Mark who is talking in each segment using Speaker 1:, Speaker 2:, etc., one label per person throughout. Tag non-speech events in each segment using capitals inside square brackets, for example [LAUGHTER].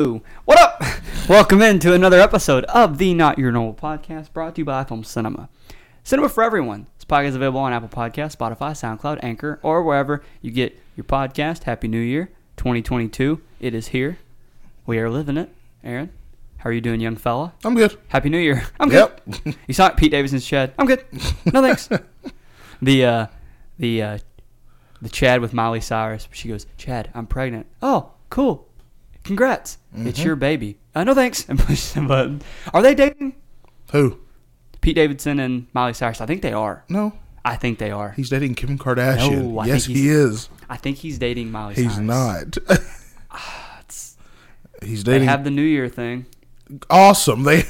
Speaker 1: Ooh. What up? [LAUGHS] Welcome in to another episode of the Not Your Normal Podcast brought to you by Film Cinema. Cinema for everyone. This podcast is available on Apple Podcasts, Spotify, SoundCloud, Anchor, or wherever you get your podcast. Happy New Year 2022. It is here. We are living it. Aaron, how are you doing, young fella?
Speaker 2: I'm good.
Speaker 1: Happy New Year. [LAUGHS] I'm good.
Speaker 2: Yep.
Speaker 1: You saw Pete Davidson's Chad. I'm good. No thanks. the uh, the uh, the Chad with Molly Cyrus. She goes, Chad, I'm pregnant. Oh, cool. Congrats.
Speaker 2: Mm-hmm.
Speaker 1: It's your baby. Uh, no thanks. [LAUGHS] And pushes the button. Are they dating?
Speaker 2: [LAUGHS] Who?
Speaker 1: Pete Davidson and Molly Cyrus. I think they are.
Speaker 2: No,
Speaker 1: I think they are.
Speaker 2: he's dating Kim Kardashian.
Speaker 1: No, I
Speaker 2: yes,
Speaker 1: think
Speaker 2: he is.
Speaker 1: I think he's dating Molly
Speaker 2: He's
Speaker 1: Cyrus.
Speaker 2: not. [LAUGHS]
Speaker 1: It's-
Speaker 2: he's
Speaker 1: They
Speaker 2: dating.
Speaker 1: have the New Year thing.
Speaker 2: awesome. [LAUGHS] They.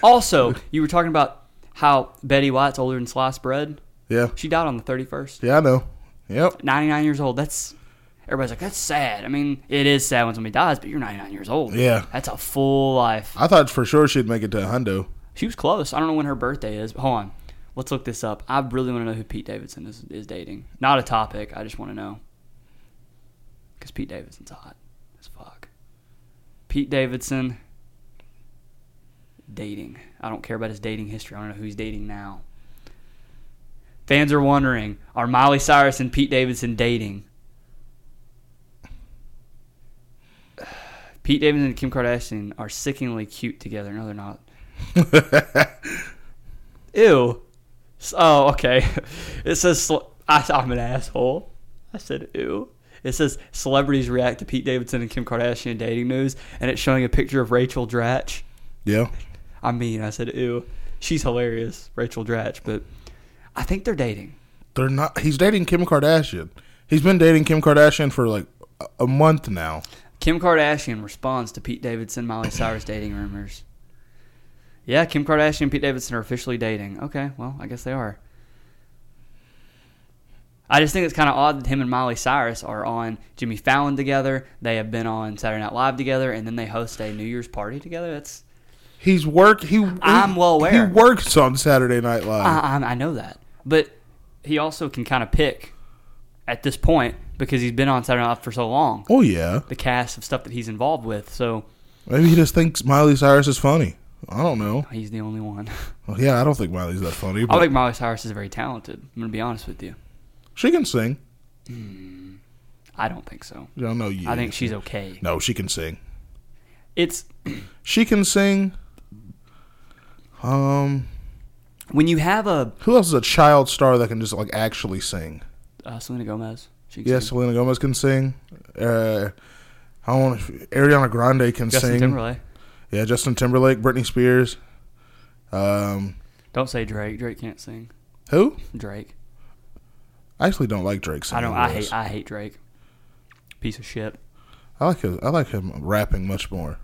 Speaker 1: Also, you were talking about how Betty White's older than sliced bread.
Speaker 2: yeah.
Speaker 1: She died on the 31st.
Speaker 2: Yeah, I know. Yep.
Speaker 1: 99 years old. That's everybody's like, that's sad. I mean, it is sad when somebody dies, but you're 99 years old.
Speaker 2: Yeah.
Speaker 1: that's a full life.
Speaker 2: I thought for sure she'd make it to a hundo. [LAUGHS]
Speaker 1: She was close. I don't know when her birthday is. But hold on, let's look this up. I really want to know who Pete Davidson is, is dating. Not a topic. I just want to know because Pete Davidson's hot as fuck. Pete Davidson dating. I don't care about his dating history. I don't know who he's dating now. Fans are wondering: Are Miley Cyrus and Pete Davidson dating? [SIGHS] Pete Davidson and Kim Kardashian are sickeningly cute together. No, they're not. Ew. S- Oh, okay. [LAUGHS] It says cel- I, I'm an asshole. I said ew. It says celebrities react to Pete Davidson and Kim Kardashian dating news, and it's showing a picture of Rachel Dratch.
Speaker 2: Yeah.
Speaker 1: I mean, I said ew. She's hilarious, Rachel Dratch, but I think they're dating.
Speaker 2: They're not. He's dating Kim Kardashian. He's been dating Kim Kardashian for like a- a month now.
Speaker 1: Kim Kardashian responds to Pete Davidson, Miley Cyrus dating rumors. Yeah, Kim Kardashian and Pete Davidson are officially dating. Okay, well, I guess they are. I just think it's kind of odd that him and Miley Cyrus are on Jimmy Fallon together. They have been on Saturday Night Live together, and then they host a New Year's party together. That's
Speaker 2: He's work. He.
Speaker 1: I'm
Speaker 2: he-
Speaker 1: well aware. Uh,
Speaker 2: He works on Saturday Night Live.
Speaker 1: I, I, I know that, but he also can kind of pick at this point because he's been on Saturday Night Live for so long.
Speaker 2: oh yeah.
Speaker 1: The cast of stuff that he's involved with, so
Speaker 2: Maybe he just thinks Miley Cyrus is funny. I don't know.
Speaker 1: he's the only one.
Speaker 2: Well, yeah, I don't think Miley's that funny.
Speaker 1: I
Speaker 2: But
Speaker 1: think Miley Cyrus is very talented. I'm gonna be honest with you.
Speaker 2: she can sing.
Speaker 1: I don't think so.
Speaker 2: I know you.
Speaker 1: I think she's okay.
Speaker 2: No, she can sing.
Speaker 1: It's
Speaker 2: She can sing. Um,
Speaker 1: when you have a
Speaker 2: who else is a child star that can just like actually sing?
Speaker 1: uh, Selena Gomez. She can
Speaker 2: Yeah,
Speaker 1: sing.
Speaker 2: Selena Gomez can sing. Uh, I want Ariana Grande can
Speaker 1: Justin
Speaker 2: sing.
Speaker 1: Timberlake.
Speaker 2: Yeah, Justin Timberlake, Britney Spears. Um,
Speaker 1: Don't say Drake. Drake can't sing.
Speaker 2: who?
Speaker 1: Drake.
Speaker 2: I actually don't like Drake's.
Speaker 1: I
Speaker 2: singing
Speaker 1: don't. I
Speaker 2: voice.
Speaker 1: hate. I hate Drake. Piece of shit.
Speaker 2: I like his, I like him rapping much more.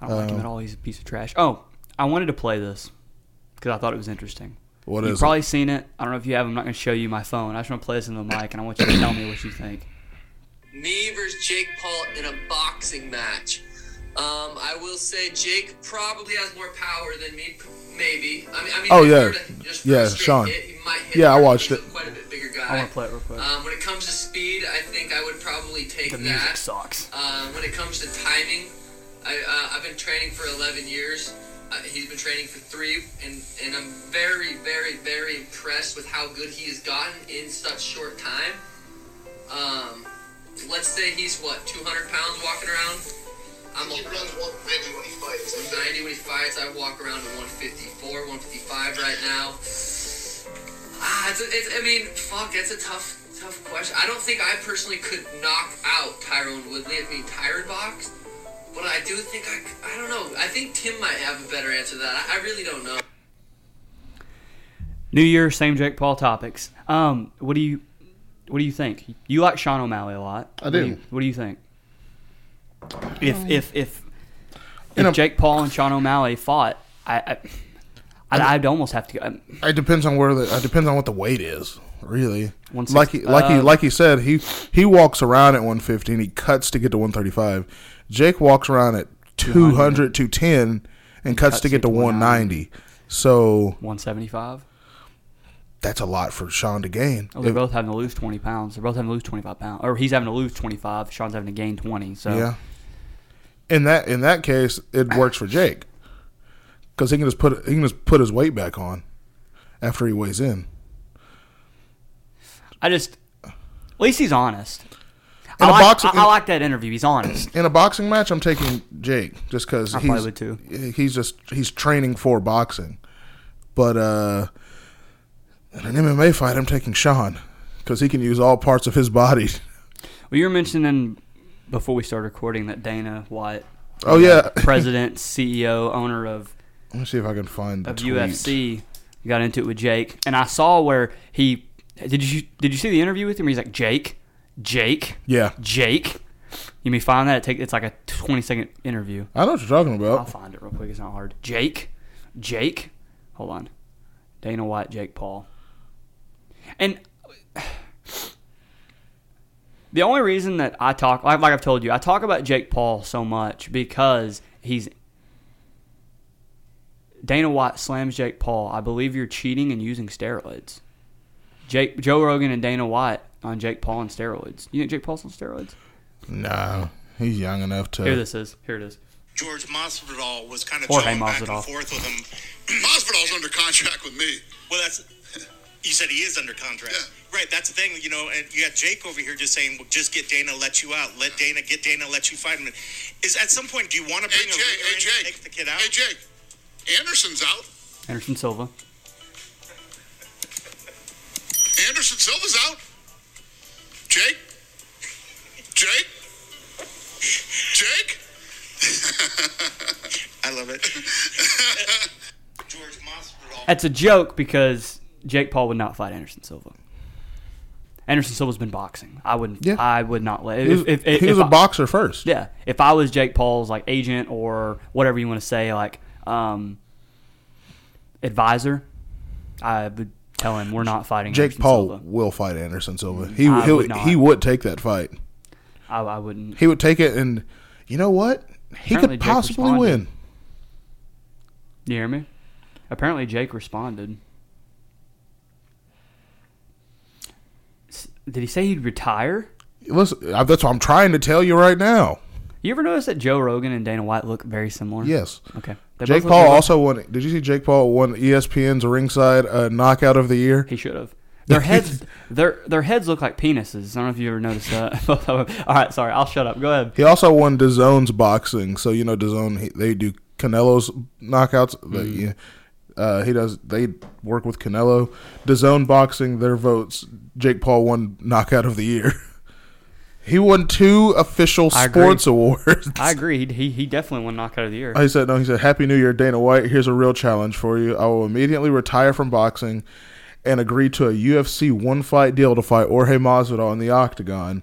Speaker 1: I don't like him
Speaker 2: Um,
Speaker 1: at all. He's a piece of trash. Oh, I wanted to play this because I thought it was interesting.
Speaker 2: What
Speaker 1: You've
Speaker 2: is
Speaker 1: probably seen it. I don't know if you have. I'm not gonna show you my phone. I just want to play this in the mic, and I want you to tell me what you think.
Speaker 3: me versus Jake Paul in a boxing match. Um, I will say Jake probably has more power than me, p- maybe. I mean, I mean
Speaker 2: Oh,
Speaker 3: if
Speaker 2: yeah.
Speaker 3: you were to- just for a
Speaker 2: Yeah,
Speaker 3: straight
Speaker 2: Sean.
Speaker 3: hit, he might hit
Speaker 2: Yeah, I
Speaker 3: harder.
Speaker 2: watched
Speaker 3: He's
Speaker 2: it.
Speaker 3: Quite a bit bigger
Speaker 1: I
Speaker 3: guy.
Speaker 1: want to play it real quick.
Speaker 3: Um, when it comes to speed, I think I would probably take
Speaker 1: the
Speaker 3: that.
Speaker 1: music sucks.
Speaker 3: Um, when it comes to timing, I, uh, I've been training for 11 years. Uh, he's been training for three, and, and I'm very, very, very impressed with how good he has gotten in such short time. Um, let's say he's what 200 pounds walking around. I'm
Speaker 4: He
Speaker 3: a-
Speaker 4: runs 190 when he fights.
Speaker 3: 90 when he fights. I walk around to 154, 155 right now. Ah, it's, it's, I mean, fuck, that's a tough, tough question. I don't think I personally could knock out Tyrone Woodley. I mean, Tyron box. But I do think I, c- I don't know. I think Tim might have a better answer to that. I, I really don't know.
Speaker 1: New Year, same Jake Paul topics. Um, what do you, what do you think? You like Sean O'Malley a lot.
Speaker 2: I
Speaker 1: What do.
Speaker 2: do. Um,
Speaker 1: you, what do you think? If if if,
Speaker 2: You know-
Speaker 1: if Jake Paul and Sean O'Malley fought, I, I I'd, I'd almost have to. go. um,
Speaker 2: It depends on where the. It depends on what the weight is. Really,
Speaker 1: One
Speaker 2: like
Speaker 1: sixty-
Speaker 2: he, like he
Speaker 1: uh,
Speaker 2: like he said, he he walks around at one fifteen. He cuts to get to one thirty five. Jake walks around at 200, 210 and cuts, to get to one ninety. So
Speaker 1: One seventy five.
Speaker 2: that's a lot for Sean to gain.
Speaker 1: Oh, they're both having to lose twenty pounds. They're both having to lose twenty five pounds, or he's having to lose twenty five. Sean's having to gain twenty. So
Speaker 2: yeah, In that in that case, it works for Jake because he can just put he can just put his weight back on after he weighs in.
Speaker 1: I just, at least he's honest.
Speaker 2: In
Speaker 1: I
Speaker 2: a
Speaker 1: like,
Speaker 2: boxing-
Speaker 1: I, I like that interview. He's
Speaker 2: [CLEARS THROAT]
Speaker 1: honest.
Speaker 2: In a boxing match, I'm taking Jake just because
Speaker 1: I
Speaker 2: he's
Speaker 1: probably would too.
Speaker 2: he's just he's training for boxing, but uh, in an MMA fight, I'm taking Sean because he can use all parts of his body.
Speaker 1: Well, you were mentioning before we started recording that Dana White,
Speaker 2: Oh yeah,
Speaker 1: [LAUGHS] president, CEO, owner of
Speaker 2: [LAUGHS] let me see if I can find the
Speaker 1: of
Speaker 2: tweet.
Speaker 1: UFC got into it with Jake, and I saw where he did you did you see the interview with him? Where he's like Jake, Jake,
Speaker 2: Yeah,
Speaker 1: Jake. You may find that it take it's like a twenty second interview.
Speaker 2: I know what you're talking
Speaker 1: I'll
Speaker 2: about.
Speaker 1: find it real quick. It's not hard. Jake, Jake. Hold on, Dana White, Jake Paul, and. [SIGHS] The only reason that I talk, like like I've told you, I talk about Jake Paul so much because he's Dana White slams Jake Paul. I believe you're cheating and using steroids. Jake Joe Rogan and Dana White on Jake Paul and steroids. You think Jake Paul's on steroids?
Speaker 2: Nah, he's young enough to.
Speaker 1: Here this is. Here it is.
Speaker 4: George Masvidal was kind of
Speaker 1: Jorge
Speaker 4: going back
Speaker 1: Masvidal.
Speaker 4: and forth with him. [CLEARS THROAT]
Speaker 5: Masvidal's under contract with me.
Speaker 4: Well, that's you said he is under contract,
Speaker 5: Yeah.
Speaker 4: right? That's the thing, you know. And you got Jake over here just saying, well, "Just get Dana, let you out. Let Dana get Dana, let you fight him." Is at some point, do you want to
Speaker 5: Hey,
Speaker 4: bring
Speaker 5: Jake,
Speaker 4: a rear
Speaker 5: hey,
Speaker 4: end
Speaker 5: Jake.
Speaker 4: and take the kid out?
Speaker 5: Hey, Jake. Anderson's out.
Speaker 1: Anderson Silva.
Speaker 5: Anderson Silva's out. Jake? Jake? Jake?
Speaker 4: I
Speaker 5: [LAUGHS]
Speaker 4: love it. George Masvidal.
Speaker 1: That's a joke because Jake Paul would not fight Anderson Silva. Anderson Silva's been boxing. I wouldn't.
Speaker 2: Yeah.
Speaker 1: I would not let.
Speaker 2: He was,
Speaker 1: If, if, if,
Speaker 2: he was
Speaker 1: if
Speaker 2: a
Speaker 1: I-
Speaker 2: boxer first.
Speaker 1: Yeah, if I was Jake Paul's like agent or whatever you want to say, like um, advisor, I would tell him we're not fighting.
Speaker 2: Jake
Speaker 1: Anderson
Speaker 2: Paul
Speaker 1: Silva. Mm,
Speaker 2: will fight Anderson Silva. He
Speaker 1: I
Speaker 2: he
Speaker 1: would
Speaker 2: would
Speaker 1: not.
Speaker 2: he would take that fight.
Speaker 1: I, I wouldn't.
Speaker 2: He would take it, and you know what? He
Speaker 1: Apparently
Speaker 2: could
Speaker 1: Jake
Speaker 2: possibly
Speaker 1: responded.
Speaker 2: win.
Speaker 1: You hear me? Apparently, Jake responded. S- Did he say he'd retire?
Speaker 2: Listen, I- that's what I'm trying to tell you right now.
Speaker 1: You ever notice that Joe Rogan and Dana White look very similar?
Speaker 2: Yes.
Speaker 1: Okay. They
Speaker 2: Jake
Speaker 1: both look-
Speaker 2: Paul
Speaker 1: they both-
Speaker 2: also won. Did you see Jake Paul won E ESPN's ringside uh, knockout of the year?
Speaker 1: He should have.
Speaker 2: [LAUGHS]
Speaker 1: Their heads, their their heads look like penises. I don't know if you ever noticed that. [LAUGHS] Both of them. All right, sorry, I'll shut up. Go ahead.
Speaker 2: He also won DAZN's boxing. So you know DAZN, he, they do Canelo's knockouts. But,
Speaker 1: Mm-hmm.
Speaker 2: yeah, uh, he does. They work with Canelo. DAZN boxing. Their votes. Jake Paul won knockout of the year. [LAUGHS] He won two official
Speaker 1: I agree.
Speaker 2: sports awards.
Speaker 1: I agreed. He he definitely won knockout of the year.
Speaker 2: Oh, He said, "No." He said, "Happy New Year, Dana White. Here's a real challenge for you. I will immediately retire from boxing and agree to a UFC one fight deal to fight Jorge Masvidal in the octagon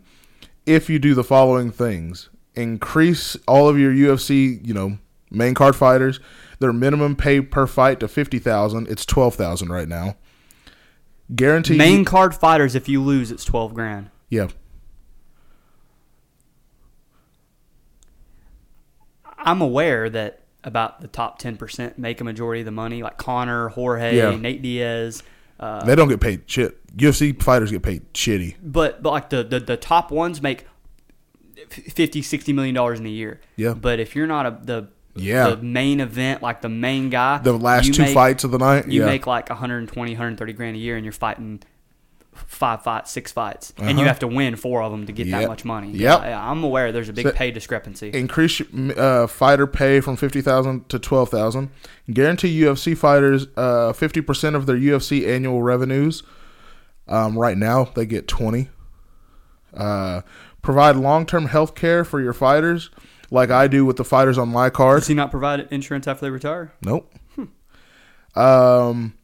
Speaker 2: if you do the following things: increase all of your UFC, you know, main card fighters, their minimum pay per fight to fifty thousand. It's twelve thousand right now. Guarantee
Speaker 1: Main card fighters, if you lose, it's twelve grand.
Speaker 2: yeah."
Speaker 1: I'm aware that about the top ten percent make a majority of the money, like Connor, Jorge,
Speaker 2: Yeah.
Speaker 1: Nate Diaz. Uh,
Speaker 2: They don't get paid shit. UFC fighters get paid shitty.
Speaker 1: but but like the the, the top ones make. 50 60 million dollars in a year
Speaker 2: Yeah.
Speaker 1: but if you're not a the
Speaker 2: Yeah.
Speaker 1: the main event like the main guy
Speaker 2: The last
Speaker 1: you
Speaker 2: two
Speaker 1: make-
Speaker 2: fights of the night,
Speaker 1: you
Speaker 2: yeah.
Speaker 1: make like 120 130 grand a year and you're fighting five fights six fights and you have to win four of them to get that
Speaker 2: Uh-huh. Yep.
Speaker 1: much money
Speaker 2: Yep.
Speaker 1: I, i'm aware there's a big
Speaker 2: So-
Speaker 1: pay discrepancy
Speaker 2: increase uh, fighter pay from fifty thousand to twelve thousand. Guarantee UFC fighters uh, fifty percent of their UFC annual revenues. Um, right now, they get twenty. Uh, provide long term health care for your fighters, like I do with the fighters on my card.
Speaker 1: does he not provide insurance after they retire
Speaker 2: Nope. Um,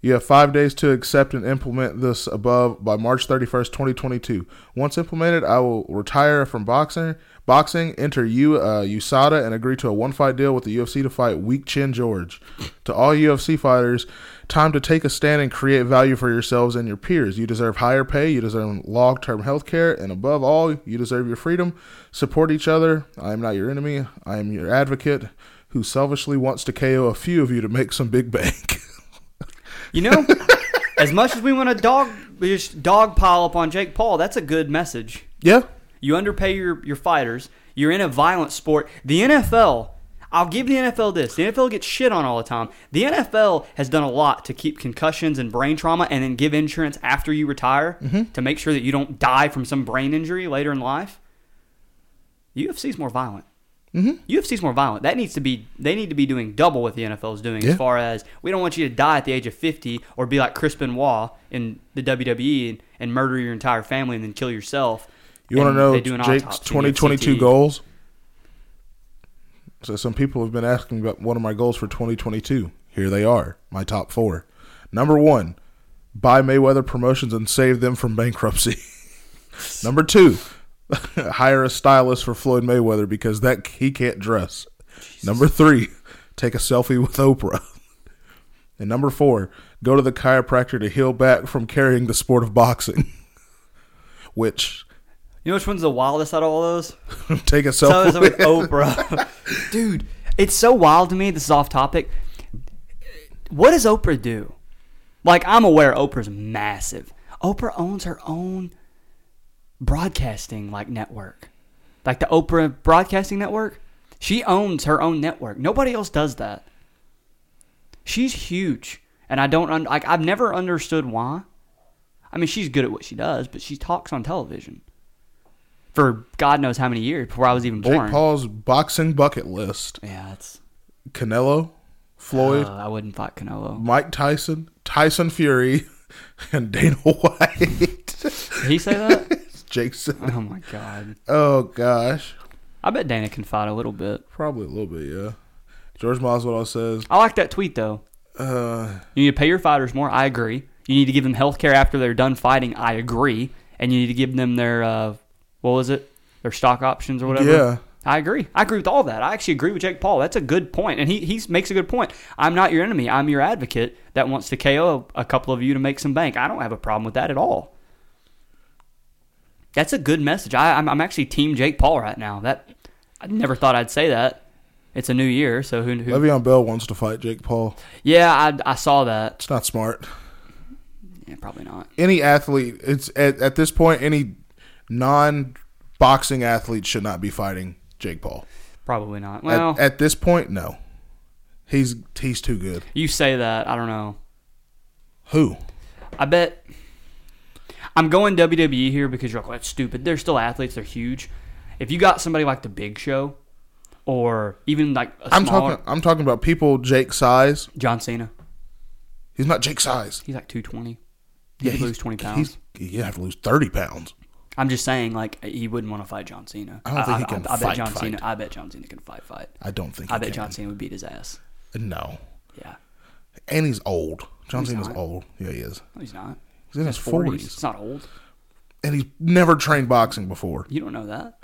Speaker 2: you have five days to accept and implement this above by March 31st, 2022. Once implemented, I will retire from boxing, boxing, enter U uh, USADA, and agree to a one-fight deal with the UFC to fight Weak Chin George. To all UFC fighters, time to take a stand and create value for yourselves and your peers. You deserve higher pay, you deserve long-term health care, and above all, you deserve your freedom. Support each other. I am not your enemy. I am your advocate who selfishly wants to KO a few of you to make some big bank. [LAUGHS]
Speaker 1: you know as much as we want to dog we just dog pile up on jake paul that's a good message
Speaker 2: yeah.
Speaker 1: you underpay your, your fighters You're in a violent sport. The NFL, I'll give the NFL this. The NFL gets shit on all the time. The NFL has done a lot to keep concussions and brain trauma and then give insurance after you retire to make sure that you don't die from some brain injury later in life. UFC's more violent. Mm-hmm. UFC's more violent. That needs to be. They need to be doing double what the NFL is doing
Speaker 2: Yeah.
Speaker 1: as far as we don't want you to die at the age of fifty or be like Chris Benoit in the WWE and, and murder your entire family and then kill yourself.
Speaker 2: You want to
Speaker 1: And
Speaker 2: know
Speaker 1: they do an
Speaker 2: Jake's
Speaker 1: autopsy, a
Speaker 2: 2022
Speaker 1: CT.
Speaker 2: goals? So some people have been asking about what are my goals for 2022. Here they are, my top four. Number one, buy Mayweather Promotions and save them from bankruptcy. [LAUGHS] Number two, [LAUGHS] hire a stylist for Floyd Mayweather because that he can't dress. Number three, take a selfie with Oprah. [LAUGHS] And number four, go to the chiropractor to heal back from carrying the sport of boxing. [LAUGHS] Which
Speaker 1: You know which one's the wildest out of all those?
Speaker 2: take a
Speaker 1: So
Speaker 2: selfie
Speaker 1: it's with
Speaker 2: with
Speaker 1: Oprah. [LAUGHS] Dude, it's so wild to me. This is off topic. What does Oprah do? Like, I'm aware Oprah's massive. Oprah owns her own broadcasting like network. Like the Oprah Broadcasting Network. She owns her own network. Nobody else does that. She's huge, and I don't un- like I've never understood why. I mean, she's good at what she does, but she talks on television for God knows how many years before I was even
Speaker 2: Jake
Speaker 1: born.
Speaker 2: Paul's boxing bucket list:
Speaker 1: Yeah, it's
Speaker 2: Canelo, Floyd,
Speaker 1: uh, I wouldn't fight Canelo.
Speaker 2: Mike Tyson, Tyson Fury, [LAUGHS] and Dana
Speaker 1: [LAUGHS]
Speaker 2: White.
Speaker 1: Did he say that?
Speaker 2: Jason.
Speaker 1: oh my god.
Speaker 2: Oh gosh,
Speaker 1: I bet Dana can fight a little bit.
Speaker 2: probably a little bit. Yeah. George Masvidal says,
Speaker 1: I like that tweet though.
Speaker 2: uh,
Speaker 1: You need to pay your fighters more. I agree. You need to give them health care after they're done fighting. I agree. And you need to give them their uh, what was it? Their stock options or whatever.
Speaker 2: Yeah.
Speaker 1: I agree. I agree with all that. I actually agree with Jake Paul. That's a good point, and he he makes a good point. I'm not your enemy. I'm your advocate that wants to KO a couple of you to make some bank. I don't have a problem with that at all. That's a good message. I, I'm I'm actually Team Jake Paul right now. That I never thought I'd say that. It's a new year, so who? who
Speaker 2: Le'Veon Bell wants to fight Jake Paul.
Speaker 1: yeah, I I saw that.
Speaker 2: It's not smart.
Speaker 1: Yeah, probably not.
Speaker 2: Any athlete, it's at, at this point, any non-boxing athlete should not be fighting Jake Paul.
Speaker 1: Probably not.
Speaker 2: At-
Speaker 1: Well,
Speaker 2: at this point, no. He's he's too good.
Speaker 1: you say that. I don't know.
Speaker 2: Who?
Speaker 1: I bet. I'm going WWE here because you're like, well, that's stupid. They're still athletes. They're huge. If you got somebody like The Big Show, or even like a
Speaker 2: I'm
Speaker 1: smaller
Speaker 2: talking. I'm talking about people Jake size.
Speaker 1: John Cena,
Speaker 2: He's not Jake size.
Speaker 1: he's like 220. He could
Speaker 2: he's-
Speaker 1: lose 20
Speaker 2: He's
Speaker 1: pounds.
Speaker 2: he'd have to lose thirty pounds.
Speaker 1: I'm just saying, like he wouldn't want to fight John Cena.
Speaker 2: I don't think he can
Speaker 1: I, bet
Speaker 2: fight,
Speaker 1: John
Speaker 2: fight.
Speaker 1: Cena. I bet John Cena can fight. Fight.
Speaker 2: I don't think.
Speaker 1: I
Speaker 2: he
Speaker 1: bet
Speaker 2: can.
Speaker 1: John Cena would beat his ass.
Speaker 2: No,
Speaker 1: Yeah.
Speaker 2: and he's old. John
Speaker 1: He's
Speaker 2: Cena's
Speaker 1: not.
Speaker 2: old. Yeah, he is.
Speaker 1: No, he's not.
Speaker 2: He's in his
Speaker 1: It's
Speaker 2: forties,
Speaker 1: not old.
Speaker 2: and he's never trained boxing before.
Speaker 1: You don't know that.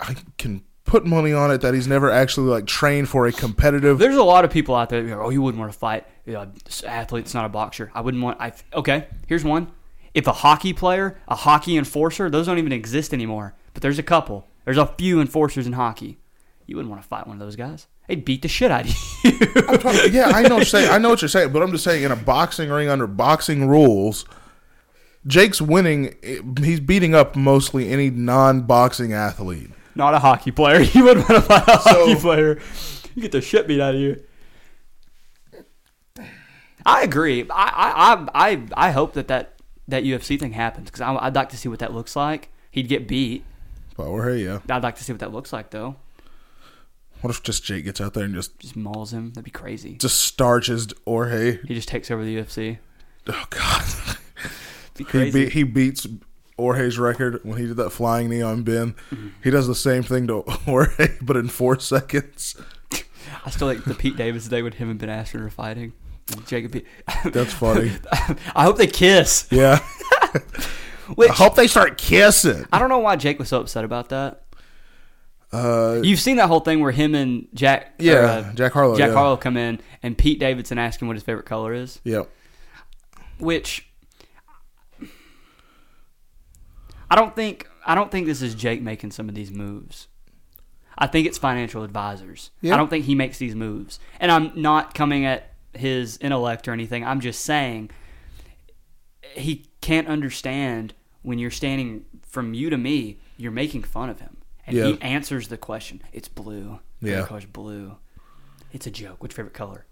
Speaker 2: I can put money on it that he's never actually like trained for a competitive.
Speaker 1: There's a lot of people out there. That go, oh, you wouldn't want to fight you know, this athlete's not a boxer. I wouldn't want. I okay. Here's one. If a hockey player, a hockey enforcer, those don't even exist anymore. But there's a couple. There's a few enforcers in hockey. You wouldn't want to fight one of those guys. They'd beat the shit out of [LAUGHS] you.
Speaker 2: [LAUGHS] yeah, I know. what you're saying- I know what you're saying, but I'm just saying in a boxing ring under boxing rules. Jake's winning. eh, He's beating up mostly any non-boxing athlete.
Speaker 1: not a hockey player. [LAUGHS] You wouldn't want to fight a hockey
Speaker 2: So-
Speaker 1: player. You get the shit beat out of you. I agree. I I I I, I hope that that that UFC thing happens because I'd like to see what that looks like. He'd get beat.
Speaker 2: But we're here, yeah.
Speaker 1: I'd like to see what that looks like, though.
Speaker 2: What if just Jake gets out there and just
Speaker 1: Just mauls him. That'd be crazy.
Speaker 2: just starches Jorge?
Speaker 1: He just takes over the UFC.
Speaker 2: Oh God,
Speaker 1: It'd be
Speaker 2: he
Speaker 1: crazy.
Speaker 2: beat, he beats Jorge's record when he did that flying knee on Ben. He does the same thing to Jorge, but in four seconds.
Speaker 1: I still like the Pete Davis day when him and Ben Askren are fighting. Jacob. [LAUGHS] Pete. [LAUGHS]
Speaker 2: That's funny.
Speaker 1: I hope they kiss.
Speaker 2: Yeah,
Speaker 1: Which
Speaker 2: I hope they start kissing.
Speaker 1: I don't know why Jake was so upset about that.
Speaker 2: Uh,
Speaker 1: You've seen that whole thing where him and Jack, or,
Speaker 2: Yeah,
Speaker 1: uh,
Speaker 2: Jack Harlow,
Speaker 1: Jack
Speaker 2: yeah.
Speaker 1: Harlow come in and Pete Davidson asked him what his favorite color is.
Speaker 2: yeah,
Speaker 1: which I don't think I don't think this is Jake making some of these moves. I think it's financial advisors.
Speaker 2: Yeah.
Speaker 1: I don't think he makes these moves. And I'm not coming at his intellect or anything. I'm just saying he can't understand when you're standing from you to me, you're making fun of him. And
Speaker 2: Yeah.
Speaker 1: he answers the question. It's blue.
Speaker 2: Yeah.
Speaker 1: Favorite color's blue. It's a joke. What's your favorite color?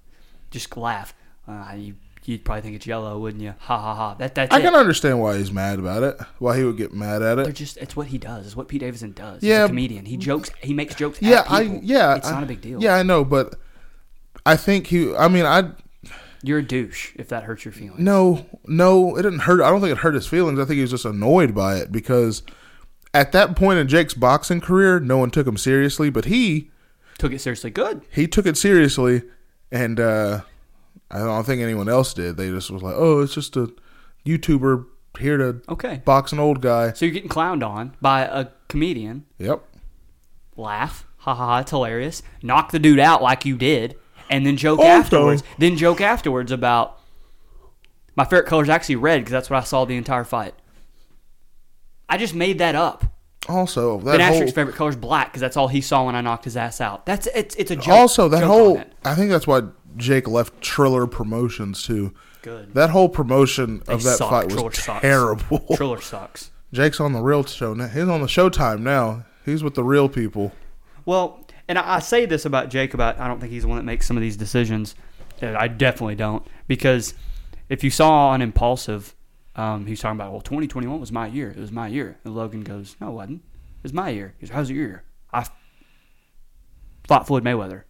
Speaker 1: Just laugh. Uh, you, you'd probably think it's yellow, wouldn't you? Ha ha ha. That, that's
Speaker 2: I
Speaker 1: it.
Speaker 2: can understand why he's mad about it. Why he would get mad at
Speaker 1: They're
Speaker 2: it.
Speaker 1: just it's what he does. It's what Pete Davidson does. He's
Speaker 2: Yeah.
Speaker 1: a comedian. He jokes. He makes jokes.
Speaker 2: Yeah,
Speaker 1: at
Speaker 2: I
Speaker 1: people.
Speaker 2: yeah.
Speaker 1: It's
Speaker 2: I-
Speaker 1: not a big deal.
Speaker 2: Yeah, I know, but I think he. I mean, I
Speaker 1: you're a douche if that hurts your feelings.
Speaker 2: no, no. It didn't hurt. I don't think it hurt his feelings. I think he was just annoyed by it because at that point in Jake's boxing career, no one took him seriously, but he
Speaker 1: Took it seriously. Good.
Speaker 2: he took it seriously, and uh, I don't think anyone else did. They just was like, "Oh, it's just a YouTuber here to
Speaker 1: Okay.
Speaker 2: box an old guy."
Speaker 1: So you're getting clowned on by a comedian.
Speaker 2: Yep.
Speaker 1: Laugh. Ha ha ha. It's hilarious. Knock the dude out like you did, and then joke
Speaker 2: Also-
Speaker 1: afterwards. Then joke afterwards about my favorite color is actually red because that's what I saw the entire fight. I just made that up.
Speaker 2: Also, that
Speaker 1: Ben
Speaker 2: whole
Speaker 1: Askren's favorite color is black because that's all he saw when I knocked his ass out. That's it's it's a joke.
Speaker 2: also that
Speaker 1: Joke on
Speaker 2: whole
Speaker 1: it.
Speaker 2: I think that's why Jake left Triller Promotions too.
Speaker 1: Good.
Speaker 2: That whole promotion of
Speaker 1: They
Speaker 2: that
Speaker 1: suck.
Speaker 2: fight was
Speaker 1: Triller sucks.
Speaker 2: terrible.
Speaker 1: Triller sucks.
Speaker 2: Jake's on the real show now. He's on the Showtime now. He's with the real people.
Speaker 1: Well, and I I say this about Jake about I don't think he's the one that makes some of these decisions. Uh, I definitely don't because if you saw on Impulsive, um, he was talking about well, 2021 was my year. It was my year. And Logan goes, no, it wasn't. It was my year. He goes, how's your year? I f- fought Floyd Mayweather,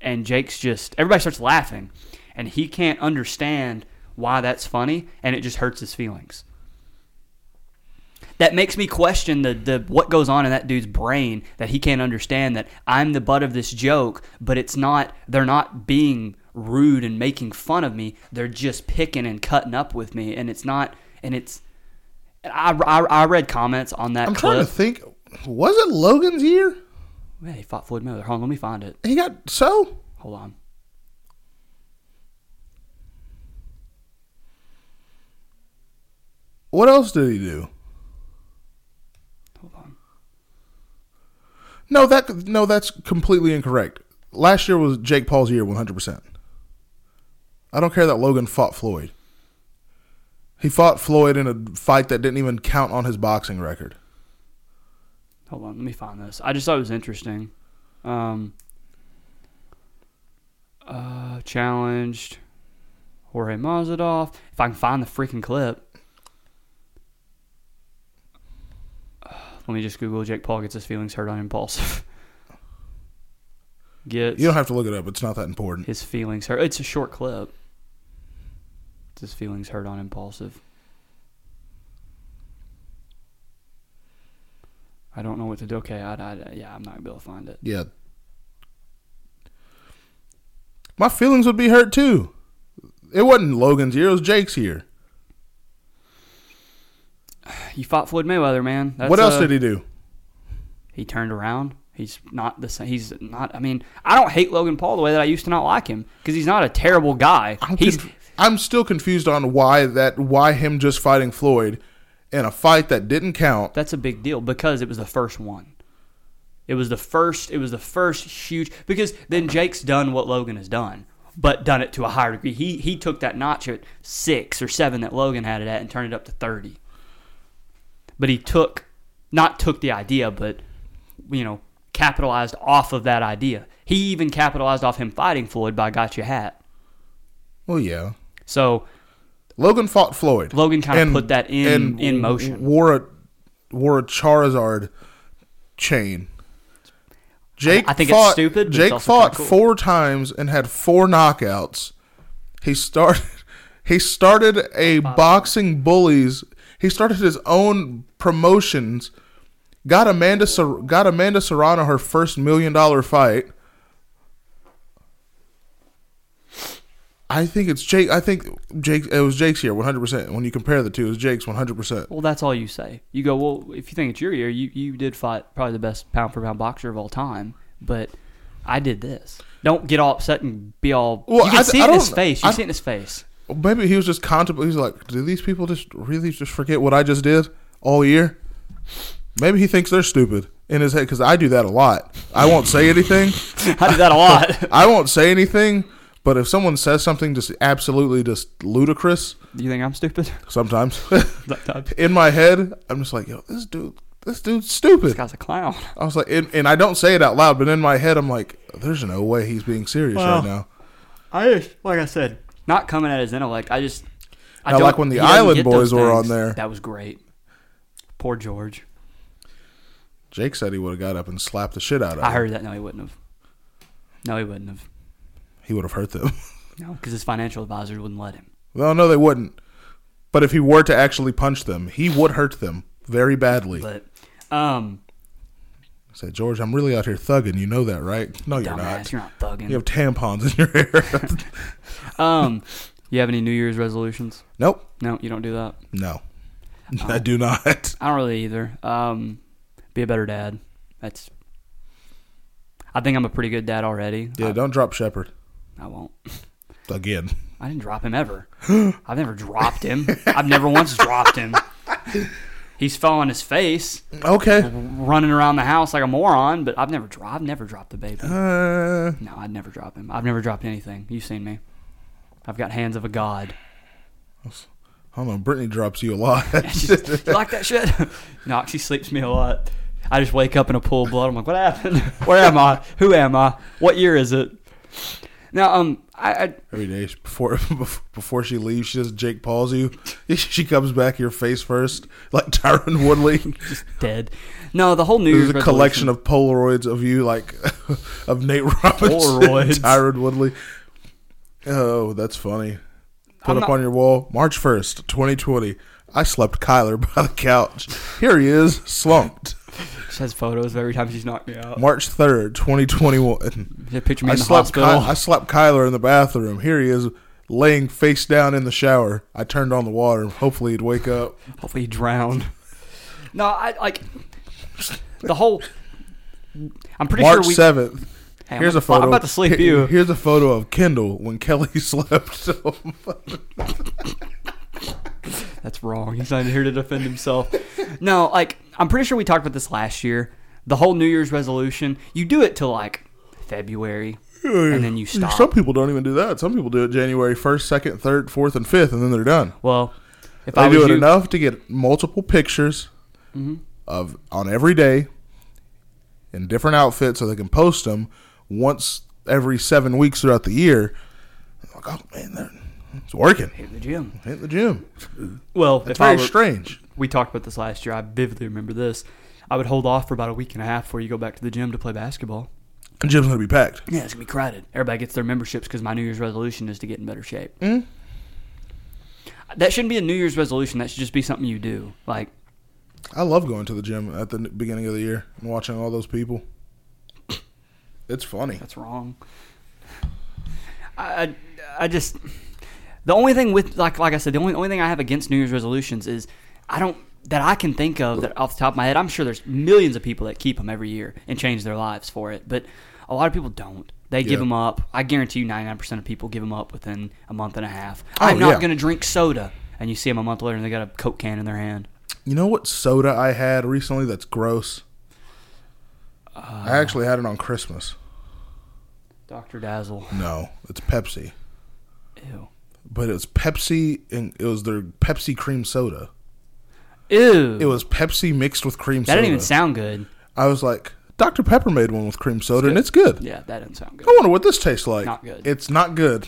Speaker 1: and Jake's just everybody starts laughing, and he can't understand why that's funny, and it just hurts his feelings that makes me question the, the what goes on in that dude's brain that he can't understand that I'm the butt of this joke, but it's not they're not being rude and making fun of me. They're just picking and cutting up with me, and it's not and it's. I, I, I read comments on that
Speaker 2: I'm
Speaker 1: clip.
Speaker 2: trying to think. Was it Logan's year?
Speaker 1: Man, he fought Floyd Mayweather. Hold on, let me find it.
Speaker 2: He got so.
Speaker 1: Hold on.
Speaker 2: What else did he do?
Speaker 1: Hold on.
Speaker 2: No, that no, that's completely incorrect. Last year was Jake Paul's year, 100. percent I don't care that Logan fought Floyd. He fought Floyd in a fight that didn't even count on his boxing record.
Speaker 1: Hold on, let me find this. I just thought it was interesting. Um, uh, challenged Jorge Mazadov. If I can find the freaking clip. Let me just Google Jake Paul gets his feelings hurt on impulsive. [LAUGHS] Gets
Speaker 2: You don't have to look it up. It's not that important.
Speaker 1: his feelings hurt. It's a short clip. It's his feelings hurt on impulsive. I don't know what to do. Okay, I, I, yeah, I'm not gonna be able to find it. [SIGHS]
Speaker 2: Yeah. My feelings would be hurt too. It wasn't Logan's year, it was Jake's year.
Speaker 1: He fought Floyd Mayweather, man. That's uh,
Speaker 2: what else
Speaker 1: a-
Speaker 2: did he do?
Speaker 1: He turned around. He's not the same. He's not. I mean, I don't hate Logan Paul the way that I used to not like him because he's not a terrible guy.
Speaker 2: I'm,
Speaker 1: he's
Speaker 2: conf- I'm still confused on why that why him just fighting Floyd in a fight that didn't count.
Speaker 1: that's a big deal because it was the first one. It was the first. It was the first huge because then Jake's done what Logan has done, but done it to a higher degree. He he took that notch at six or seven that Logan had it at and turned it up to thirty. But he took, not took the idea, but you know capitalized off of that idea. He even capitalized off him fighting Floyd by got your hat.
Speaker 2: Well, yeah.
Speaker 1: So
Speaker 2: Logan fought Floyd.
Speaker 1: Logan kinda put that in-
Speaker 2: and
Speaker 1: in motion.
Speaker 2: Wore a wore a Charizard chain. Jake,
Speaker 1: I think it's
Speaker 2: fought,
Speaker 1: stupid, but it's
Speaker 2: Jake
Speaker 1: also
Speaker 2: fought
Speaker 1: kinda cool.
Speaker 2: four times and had four knockouts. He started. [LAUGHS] He started a boxing bullies. He started his own promotions. Got Amanda. Ser- Got Amanda Serrano her first million dollar fight. I think it's Jake. I think Jake. It was Jake's year, one hundred percent. When you compare the two, it was Jake's one hundred percent.
Speaker 1: Well, that's all you say. You go, well, if you think it's your year, you, you did fight probably the best pound for pound boxer of all time, but I did this. Don't get all upset and be all.
Speaker 2: Well,
Speaker 1: you can
Speaker 2: I-
Speaker 1: see
Speaker 2: I
Speaker 1: it in his
Speaker 2: don't-
Speaker 1: face. You
Speaker 2: I-
Speaker 1: see it in his face.
Speaker 2: Maybe he was just contemplating. He's like, do these people just really just forget what I just did all year? Maybe he thinks they're stupid in his head because I do that a lot. I won't say anything.
Speaker 1: [LAUGHS] I did that a lot.
Speaker 2: [LAUGHS] I won't say anything. But if someone says something just absolutely just ludicrous,
Speaker 1: [LAUGHS] Do you think I'm stupid?
Speaker 2: sometimes [LAUGHS]
Speaker 1: Sometimes.
Speaker 2: in my head, I'm just like, yo, this dude this dude's stupid.
Speaker 1: This guy's a clown.
Speaker 2: I was like, and, and I don't say it out loud, but in my head, I'm like, there's no way he's being serious
Speaker 1: Well,
Speaker 2: right now.
Speaker 1: I just, like I said, not coming at his intellect. I just, I
Speaker 2: Now,
Speaker 1: don't-
Speaker 2: like when the
Speaker 1: he doesn't
Speaker 2: Island
Speaker 1: get those
Speaker 2: Boys were on
Speaker 1: things.
Speaker 2: there.
Speaker 1: That was great. Poor George.
Speaker 2: Jake said he would have got up and slapped the shit out of him.
Speaker 1: I heard that. No, he wouldn't have. No, he wouldn't have.
Speaker 2: He would have hurt them. [LAUGHS]
Speaker 1: No, because his financial advisors wouldn't let him.
Speaker 2: well, no, they wouldn't. But if he were to actually punch them, he would hurt them very badly.
Speaker 1: But, um,
Speaker 2: I said, George, I'm really out here thugging. You know that, right? No, you're
Speaker 1: dumbass,
Speaker 2: not.
Speaker 1: you're not thugging.
Speaker 2: You have tampons in your [LAUGHS] hair.
Speaker 1: Um, you have any New Year's resolutions?
Speaker 2: nope.
Speaker 1: No, you don't do that.
Speaker 2: No.
Speaker 1: Oh.
Speaker 2: I
Speaker 1: [LAUGHS]
Speaker 2: do not.
Speaker 1: I don't really either. Um, be a better dad. That's. I think I'm a pretty good dad already.
Speaker 2: Yeah, don't drop Shepard
Speaker 1: I, I won't. [LAUGHS]
Speaker 2: again.
Speaker 1: I didn't drop him ever. [GASPS] I've never dropped him. I've never once dropped him. He's fell on his face,
Speaker 2: Okay.
Speaker 1: running around the house like a moron. But I've never dropped. I've never dropped the baby.
Speaker 2: Uh,
Speaker 1: No, I'd never drop him. I've never dropped anything. You've seen me. I've got hands of a god.
Speaker 2: I don't know. Brittany drops you
Speaker 1: [LAUGHS]
Speaker 2: a lot. [LAUGHS]
Speaker 1: She's- you like that shit? [LAUGHS] no, she sleeps me a lot. I just wake up in a pool of blood. I'm like, what
Speaker 2: [LAUGHS]
Speaker 1: happened? Where am I? Who am I? What year is it? Now, um, I, I
Speaker 2: Every day she- before [LAUGHS] before she leaves, she does Jake Paul's you. [LAUGHS] She comes back your face first, like Tyron Woodley.
Speaker 1: just dead. No, the whole New
Speaker 2: There's
Speaker 1: Year's
Speaker 2: a collection of Polaroids of you, like [LAUGHS] of Nate Robinson,
Speaker 1: Polaroids.
Speaker 2: Tyron Woodley. Oh, that's funny. Put
Speaker 1: I'm
Speaker 2: up
Speaker 1: not-
Speaker 2: on your wall, March first, 2020. I slept Kyler [LAUGHS] by the couch. Here he is, slumped.
Speaker 1: She has photos of every time she's knocked me out.
Speaker 2: March third, 2021.
Speaker 1: They picture me
Speaker 2: I
Speaker 1: in the
Speaker 2: slept, Ky-
Speaker 1: hospital.
Speaker 2: I slept Kyler in the bathroom. Here he is laying face down in the shower. I turned on the water. Hopefully he'd wake up.
Speaker 1: Hopefully, he drowned. No, I like the whole. I'm pretty
Speaker 2: March
Speaker 1: sure we.
Speaker 2: seventh.
Speaker 1: Hey, I'm
Speaker 2: here's a
Speaker 1: about-
Speaker 2: photo.
Speaker 1: I'm about to sleep
Speaker 2: here-
Speaker 1: you.
Speaker 2: Here's a photo of Kendall when Kelly [LAUGHS] slept. So
Speaker 1: That's wrong. He's not here to defend himself. No, like I'm pretty sure we talked about this last year. The whole New Year's resolution, you do it till like February, and then you stop.
Speaker 2: Some people don't even do that. Some people do it January first, second, third, fourth, and fifth, and then they're done.
Speaker 1: well, if I
Speaker 2: They
Speaker 1: was
Speaker 2: do it
Speaker 1: you, Mm-hmm.
Speaker 2: enough to get multiple pictures of on every day in different outfits, so they can post them once every seven weeks throughout the year. Like, oh man, they're- it's working.
Speaker 1: in the gym.
Speaker 2: Hit the gym.
Speaker 1: Well, if
Speaker 2: It's
Speaker 1: I
Speaker 2: very
Speaker 1: were,
Speaker 2: strange.
Speaker 1: we talked about this last year. I vividly remember this. I would hold off for about a week and a half before you go back to the gym to play basketball.
Speaker 2: The gym's gonna be packed.
Speaker 1: Yeah, it's gonna be crowded. Everybody gets their memberships because my New Year's resolution is to get in better shape.
Speaker 2: Hmm?
Speaker 1: That shouldn't be a New Year's resolution. That should just be something you do. Like
Speaker 2: I love going to the gym at the n- beginning of the year and watching all those people. It's funny.
Speaker 1: That's wrong. I, I I just the only thing with like like I said the only only thing I have against New Year's resolutions is I don't that I can think of that off the top of my head. I'm sure there's millions of people that keep them every year and change their lives for it, but a lot of people don't. They give
Speaker 2: Yeah.
Speaker 1: them up. I guarantee you, 99% of people give them up within a month and a half.
Speaker 2: Oh,
Speaker 1: I'm not
Speaker 2: yeah.
Speaker 1: going to drink soda, and you see them a month later and they got a coke can in their hand.
Speaker 2: You know what soda I had recently that's gross?
Speaker 1: Uh.
Speaker 2: I actually had it on Christmas.
Speaker 1: Doctor Dazzle,
Speaker 2: No, it's Pepsi.
Speaker 1: ew,
Speaker 2: But it was Pepsi and it was their Pepsi cream soda.
Speaker 1: ew,
Speaker 2: It was Pepsi mixed with cream
Speaker 1: that
Speaker 2: soda.
Speaker 1: didn't even sound good.
Speaker 2: I was like, Dr. Pepper made one with cream soda and it's good.
Speaker 1: Yeah, that didn't sound good.
Speaker 2: I wonder what this tastes like.
Speaker 1: Not good.
Speaker 2: It's not good.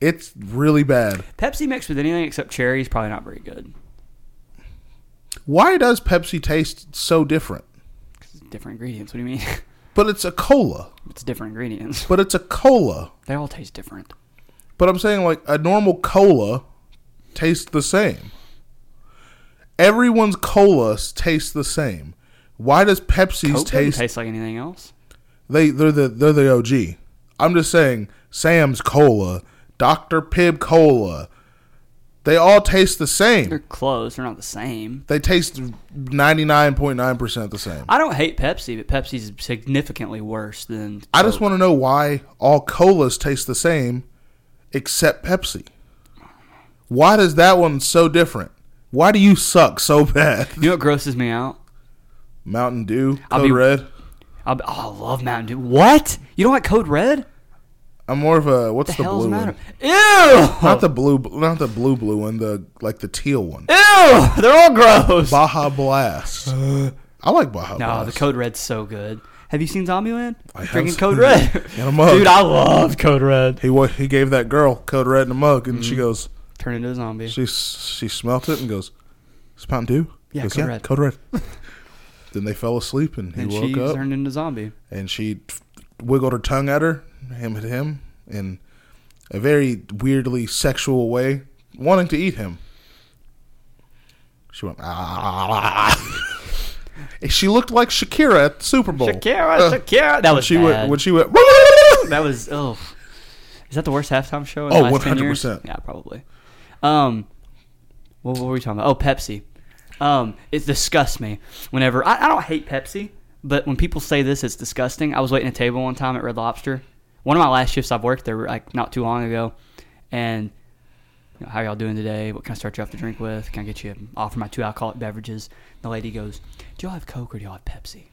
Speaker 2: It's really bad.
Speaker 1: Pepsi mixed with anything except cherry is probably not very good.
Speaker 2: Why does Pepsi taste so different?
Speaker 1: 'Cause it's different ingredients. What do you mean? [LAUGHS]
Speaker 2: But it's a cola.
Speaker 1: it's different ingredients. [LAUGHS]
Speaker 2: But it's a cola.
Speaker 1: They all taste different.
Speaker 2: But I'm saying like a normal cola tastes the same. Everyone's colas taste the same. Why does Pepsi's
Speaker 1: Coke doesn't
Speaker 2: taste,
Speaker 1: taste like anything else.
Speaker 2: they they're the they're the OG. I'm just saying Sam's cola, Dr. Pibb cola, they all taste the
Speaker 1: They're
Speaker 2: same.
Speaker 1: close. They're not the same.
Speaker 2: They taste 99.9% the same.
Speaker 1: I don't hate Pepsi, but Pepsi's significantly worse than.
Speaker 2: I just
Speaker 1: Coke.
Speaker 2: want to know why all colas taste the same except Pepsi. Why does that one so different? Why do you suck so [LAUGHS] bad?
Speaker 1: You know what grosses me out?
Speaker 2: Mountain Dew,
Speaker 1: I'll
Speaker 2: Code
Speaker 1: be-
Speaker 2: Red.
Speaker 1: I'll be, oh, I love Mountain Dew. What? You don't like Code Red?
Speaker 2: I'm more of a what's
Speaker 1: The
Speaker 2: the,
Speaker 1: hell's
Speaker 2: blue
Speaker 1: the
Speaker 2: one?
Speaker 1: matter? Ew!
Speaker 2: Not the blue, not the blue blue one. The like the teal one.
Speaker 1: Ew! They're all gross.
Speaker 2: Baja Blast. I like Baja
Speaker 1: No, the
Speaker 2: Blast.
Speaker 1: Code Red's so good. Have you seen Zombieland?
Speaker 2: I have
Speaker 1: Drinking
Speaker 2: seen
Speaker 1: Code
Speaker 2: it.
Speaker 1: Red.
Speaker 2: In a mug.
Speaker 1: Dude, I love Code Red.
Speaker 2: he wa- he gave that girl Code Red in a mug, and
Speaker 1: Mm.
Speaker 2: she goes,
Speaker 1: Turn into a zombie.
Speaker 2: she s- she smelt it and goes, "It's Mountain Dew." He
Speaker 1: Yeah,
Speaker 2: goes,
Speaker 1: Code Red.
Speaker 2: Code Red. [LAUGHS] then they fell asleep, and he
Speaker 1: and
Speaker 2: woke
Speaker 1: she
Speaker 2: up,
Speaker 1: turned into a zombie.
Speaker 2: and she t- wiggled her tongue at her, him at him, in a very weirdly sexual way, wanting to eat him. She went ah. [LAUGHS] she looked like Shakira at the Super Bowl.
Speaker 1: Shakira,
Speaker 2: Uh,
Speaker 1: Shakira. That was
Speaker 2: she
Speaker 1: bad.
Speaker 2: went when she went.
Speaker 1: that was oh, is that the worst halftime show? In
Speaker 2: Oh,
Speaker 1: the last 10 years?
Speaker 2: 100%.
Speaker 1: Yeah, probably. Um, what, what were we talking about? Oh, Pepsi. Um, it disgusts me whenever I, I don't hate Pepsi, but when people say this, it's disgusting. I was waiting at a table one time at Red Lobster, one of my last shifts I've worked there like not too long ago, and you know, how y'all doing today? What can I start you off to drink with? Can I get you offer my two alcoholic beverages? And the lady goes, "Do y'all have Coke or do y'all have Pepsi?"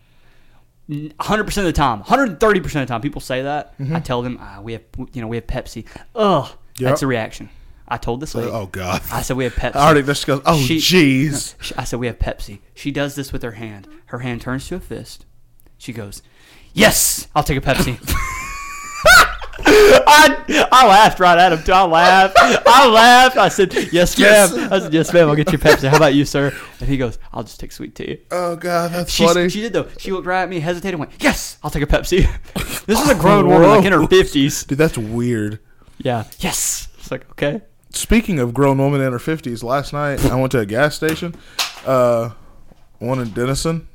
Speaker 1: 100% of the time, 130% of the time, people say that.
Speaker 2: Mm-hmm.
Speaker 1: I tell them, ah, we have, you know, we have Pepsi. Ugh, that's the reaction. I told this lady.
Speaker 2: Oh God!
Speaker 1: I said we have Pepsi.
Speaker 2: I already just goes. Oh
Speaker 1: She- [LAUGHS]
Speaker 2: jeez.
Speaker 1: She- I said, "We have Pepsi." She does this with her hand. Her hand turns to a fist. She goes, "Yes, I'll take a
Speaker 2: [LAUGHS]
Speaker 1: Pepsi." I, I laughed right at him too. I laughed. I laughed. I said, "Yes, ma'am."
Speaker 2: Yes.
Speaker 1: I said, "Yes, ma'am. I'll get you Pepsi. How about you, sir?" And he goes, "I'll just take sweet tea."
Speaker 2: Oh God, that's
Speaker 1: She,
Speaker 2: funny.
Speaker 1: she did though. She looked right at me, hesitated, and went, "Yes, I'll take a Pepsi." [LAUGHS] this is a grown woman, like in her
Speaker 2: Gross.
Speaker 1: fifties.
Speaker 2: Dude, that's weird.
Speaker 1: Yeah. Yes. It's like okay.
Speaker 2: Speaking of grown women in her fifties, last night I went to a gas station, uh, one in Denison,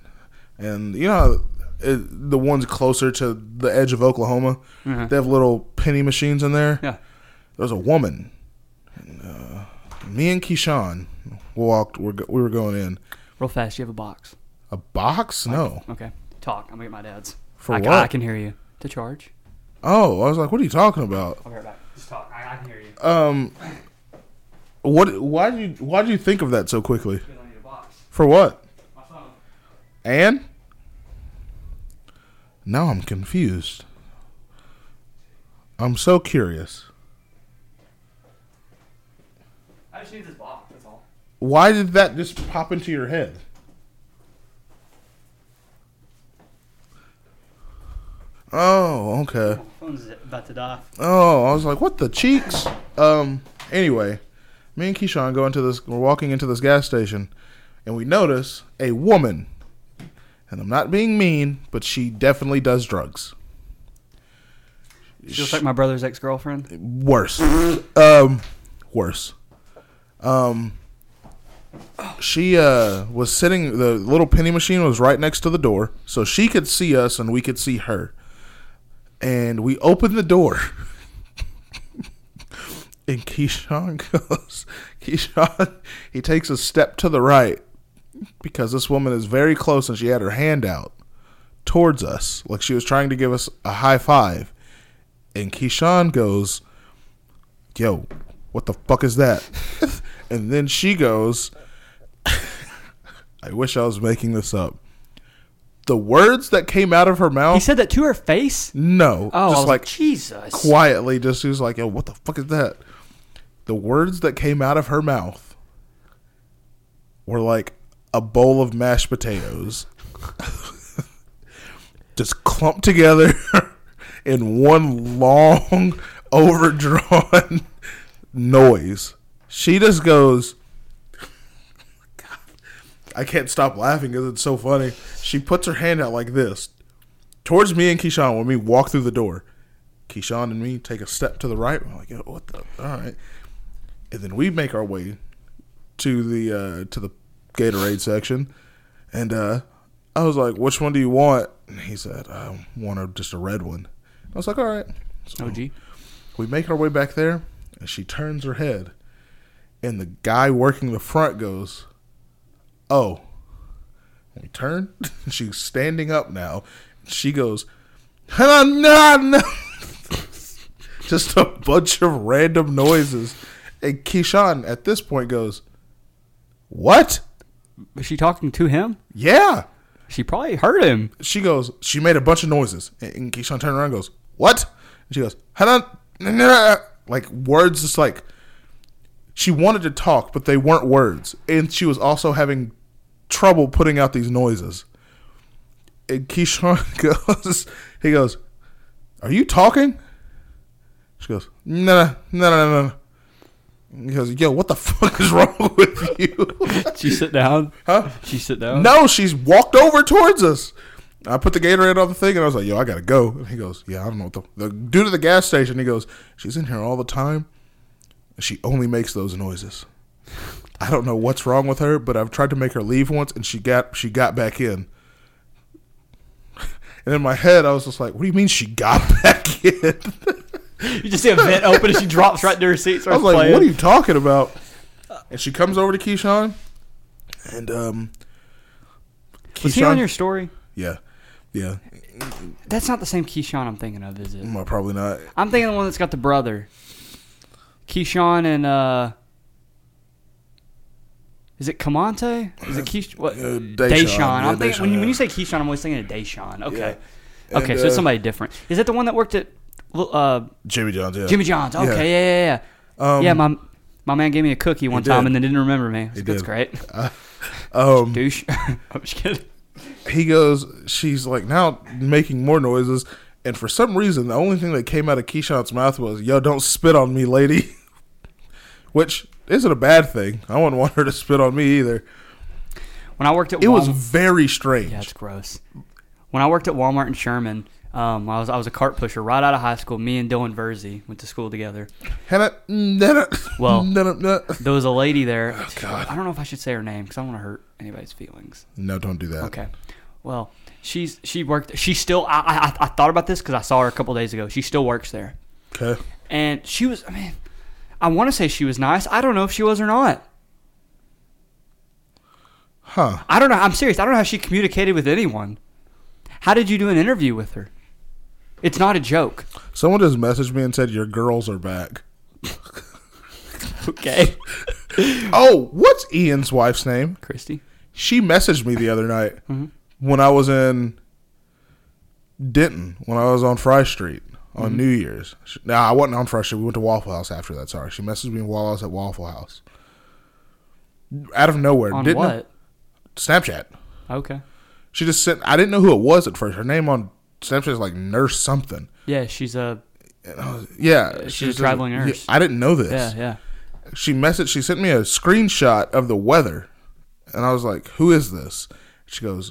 Speaker 2: and you know how it, the ones closer to the edge of Oklahoma, they have little penny machines in there.
Speaker 1: Yeah.
Speaker 2: There was a woman. And, uh, me and Keyshawn walked. We're, go- we were going in
Speaker 1: Real fast. You have a box.
Speaker 2: a box. No.
Speaker 1: Okay. Talk. I'm gonna get my dad's.
Speaker 2: For
Speaker 1: I,
Speaker 2: what?
Speaker 1: I can hear you. To charge.
Speaker 2: Oh, I was like, what are you talking about?
Speaker 1: I'll be right back. Just talk. I, I can hear you.
Speaker 2: Um, what? Why do you? Why do you think of that so quickly?
Speaker 1: I need a box.
Speaker 2: For what?
Speaker 1: My phone.
Speaker 2: And now I'm confused. I'm so curious.
Speaker 1: I just need this box. That's all.
Speaker 2: Why did that just pop into your head? Oh, okay.
Speaker 1: Phone's about to die.
Speaker 2: Oh, I was like, what the cheeks? Um. Anyway, me and Keyshawn go into this. We're walking into this gas station, and we notice a woman. And I'm not being mean, but she definitely does drugs.
Speaker 1: She looks like my brother's ex girlfriend.
Speaker 2: Worse. um. Worse. Um. She uh was sitting. The little penny machine was right next to the door, so she could see us and we could see her. And we opened the door. And Keyshawn goes, Keyshawn, he takes a step to the right because this woman is very close and she had her hand out towards us, like she was trying to give us a high five. And Keyshawn goes, Yo, what the fuck is that? [LAUGHS] and then she goes, [LAUGHS] I wish I was making this up. The words that came out of her mouth,
Speaker 1: He said that to her face.
Speaker 2: no,
Speaker 1: Oh, I
Speaker 2: just
Speaker 1: was
Speaker 2: like
Speaker 1: like Jesus.
Speaker 2: quietly just he was like, "Yo, what the fuck is that?" The words that came out of her mouth were like a bowl of mashed potatoes, [LAUGHS] just clumped together [LAUGHS] in one long, [LAUGHS] overdrawn [LAUGHS] noise. She just goes. [LAUGHS] I can't stop laughing because it's so funny. She puts her hand out like this towards me and Keyshawn when we walk through the door. Keyshawn and me take a step to the right. We're like, "Yo, what the? All right. And then we make our way to the uh, to the Gatorade section, and uh, I was like, "Which one do you want?" And he said, "I want a, just a red one." I was like, "All right." So
Speaker 1: OG.
Speaker 2: we make our way back there, and she turns her head, and the guy working the front goes, "Oh." And we turn. [LAUGHS] She's standing up now. She goes, "No, no, no." [LAUGHS] Just a bunch of random noises, and Keyshawn at this point goes, "What?
Speaker 1: Was she talking to him?
Speaker 2: Yeah."
Speaker 1: She probably heard him.
Speaker 2: she goes, she made a bunch of noises. And, and Keyshawn turned around and goes, What? And she goes, "Hana- na- na- na," [LAUGHS] Like words, just like she wanted to talk, but they weren't words. And she was also having trouble putting out these noises. and Keyshawn [LAUGHS] goes, he goes, "Are you talking?" She goes, "No, no, no, no, no." no." He goes, "Yo, what the [LAUGHS] fuck is wrong with you?" [LAUGHS]
Speaker 1: She sit down.
Speaker 2: Huh?
Speaker 1: She sit down.
Speaker 2: No, she's walked over towards us. I put the Gatorade on the thing and I was like, yo, I gotta go. And he goes, yeah, I don't know what the, the dude at the gas station. He goes, she's in here all the time. And she only makes those noises. I don't know what's wrong with her, but I've tried to make her leave once and she got she got back in. [LAUGHS] And in my head, I was just like, what do you mean she got [LAUGHS] back in?
Speaker 1: You just see a vent open and she drops right into her seat.
Speaker 2: [LAUGHS] I
Speaker 1: Starts
Speaker 2: was like,
Speaker 1: playing.
Speaker 2: "What are you talking about?" And she comes over to Keyshawn, and um,
Speaker 1: Was he
Speaker 2: Keyshawn-
Speaker 1: on your story?
Speaker 2: yeah, yeah,
Speaker 1: That's not the same Keyshawn I'm thinking of, is it?
Speaker 2: well, probably not.
Speaker 1: I'm thinking the one that's got the brother. Keyshawn and uh Is it Kamante? Is it Keish what
Speaker 2: Deshaun.
Speaker 1: Deshaun.
Speaker 2: Uh, Yeah,
Speaker 1: I'm thinking when,
Speaker 2: Deshaun,
Speaker 1: you, when you
Speaker 2: yeah.
Speaker 1: say Keyshawn, I'm always thinking of Deshaun. Okay.
Speaker 2: Yeah.
Speaker 1: Okay,
Speaker 2: And,
Speaker 1: so it's
Speaker 2: uh,
Speaker 1: somebody different. Is that the one that worked at uh
Speaker 2: Jimmy John's, yeah,
Speaker 1: Jimmy John's? Okay, yeah, yeah, yeah.
Speaker 2: Um,
Speaker 1: yeah, my my man gave me a cookie one
Speaker 2: did.
Speaker 1: time and then didn't remember me. I was like, That's
Speaker 2: did. [LAUGHS] Uh,
Speaker 1: great.
Speaker 2: Um,
Speaker 1: Douche. [LAUGHS] I'm just kidding.
Speaker 2: he goes, she's like now making more noises, and for some reason, the only thing that came out of Keyshawn's mouth was, "Yo, don't spit on me, lady," [LAUGHS] which isn't a bad thing. I wouldn't want her to spit on me either.
Speaker 1: When I worked at
Speaker 2: It was
Speaker 1: Walmart-
Speaker 2: very strange.
Speaker 1: Yeah, it's gross. When I worked at Walmart in Sherman, um, I was I was a cart pusher right out of high school. Me and Dylan Verzi went to school together.
Speaker 2: Hannah, Hannah, [LAUGHS]
Speaker 1: Well-
Speaker 2: Hannah, Hannah.
Speaker 1: There was a lady there.
Speaker 2: God.
Speaker 1: I don't know if I should say her name because I don't want to hurt anybody's feelings.
Speaker 2: no, don't do that.
Speaker 1: Okay. Well, she's she worked. She still. I I, I thought about this because I saw her a couple days ago. She still works there,
Speaker 2: Okay.
Speaker 1: and she was. I mean, I want to say she was nice. I don't know if she was or not.
Speaker 2: Huh.
Speaker 1: I don't know. I'm serious. I don't know how she communicated with anyone. How did you do an interview with her? It's not a joke.
Speaker 2: Someone just messaged me and said your girls are back.
Speaker 1: [LAUGHS] Okay,
Speaker 2: [LAUGHS] Oh, what's Ian's wife's name?
Speaker 1: Christy.
Speaker 2: She messaged me the other night
Speaker 1: Mm-hmm.
Speaker 2: when I was in Denton, when I was on Fry Street on
Speaker 1: Mm-hmm.
Speaker 2: New Year's. She, nah, I wasn't on Fry Street. We went to Waffle House after that. Sorry. She messaged me while I was at Waffle House. Out of nowhere.
Speaker 1: On
Speaker 2: didn't know-
Speaker 1: what?
Speaker 2: Snapchat.
Speaker 1: Okay.
Speaker 2: She just sent, I didn't know who it was at first. Her name on Snapchat is like Nurse something.
Speaker 1: Yeah, she's a
Speaker 2: And I was- yeah.
Speaker 1: she's
Speaker 2: she
Speaker 1: a
Speaker 2: was just-
Speaker 1: traveling
Speaker 2: yeah,
Speaker 1: nurse.
Speaker 2: I didn't know this.
Speaker 1: yeah, yeah.
Speaker 2: she messaged she sent me a screenshot of the weather and i was like who is this she goes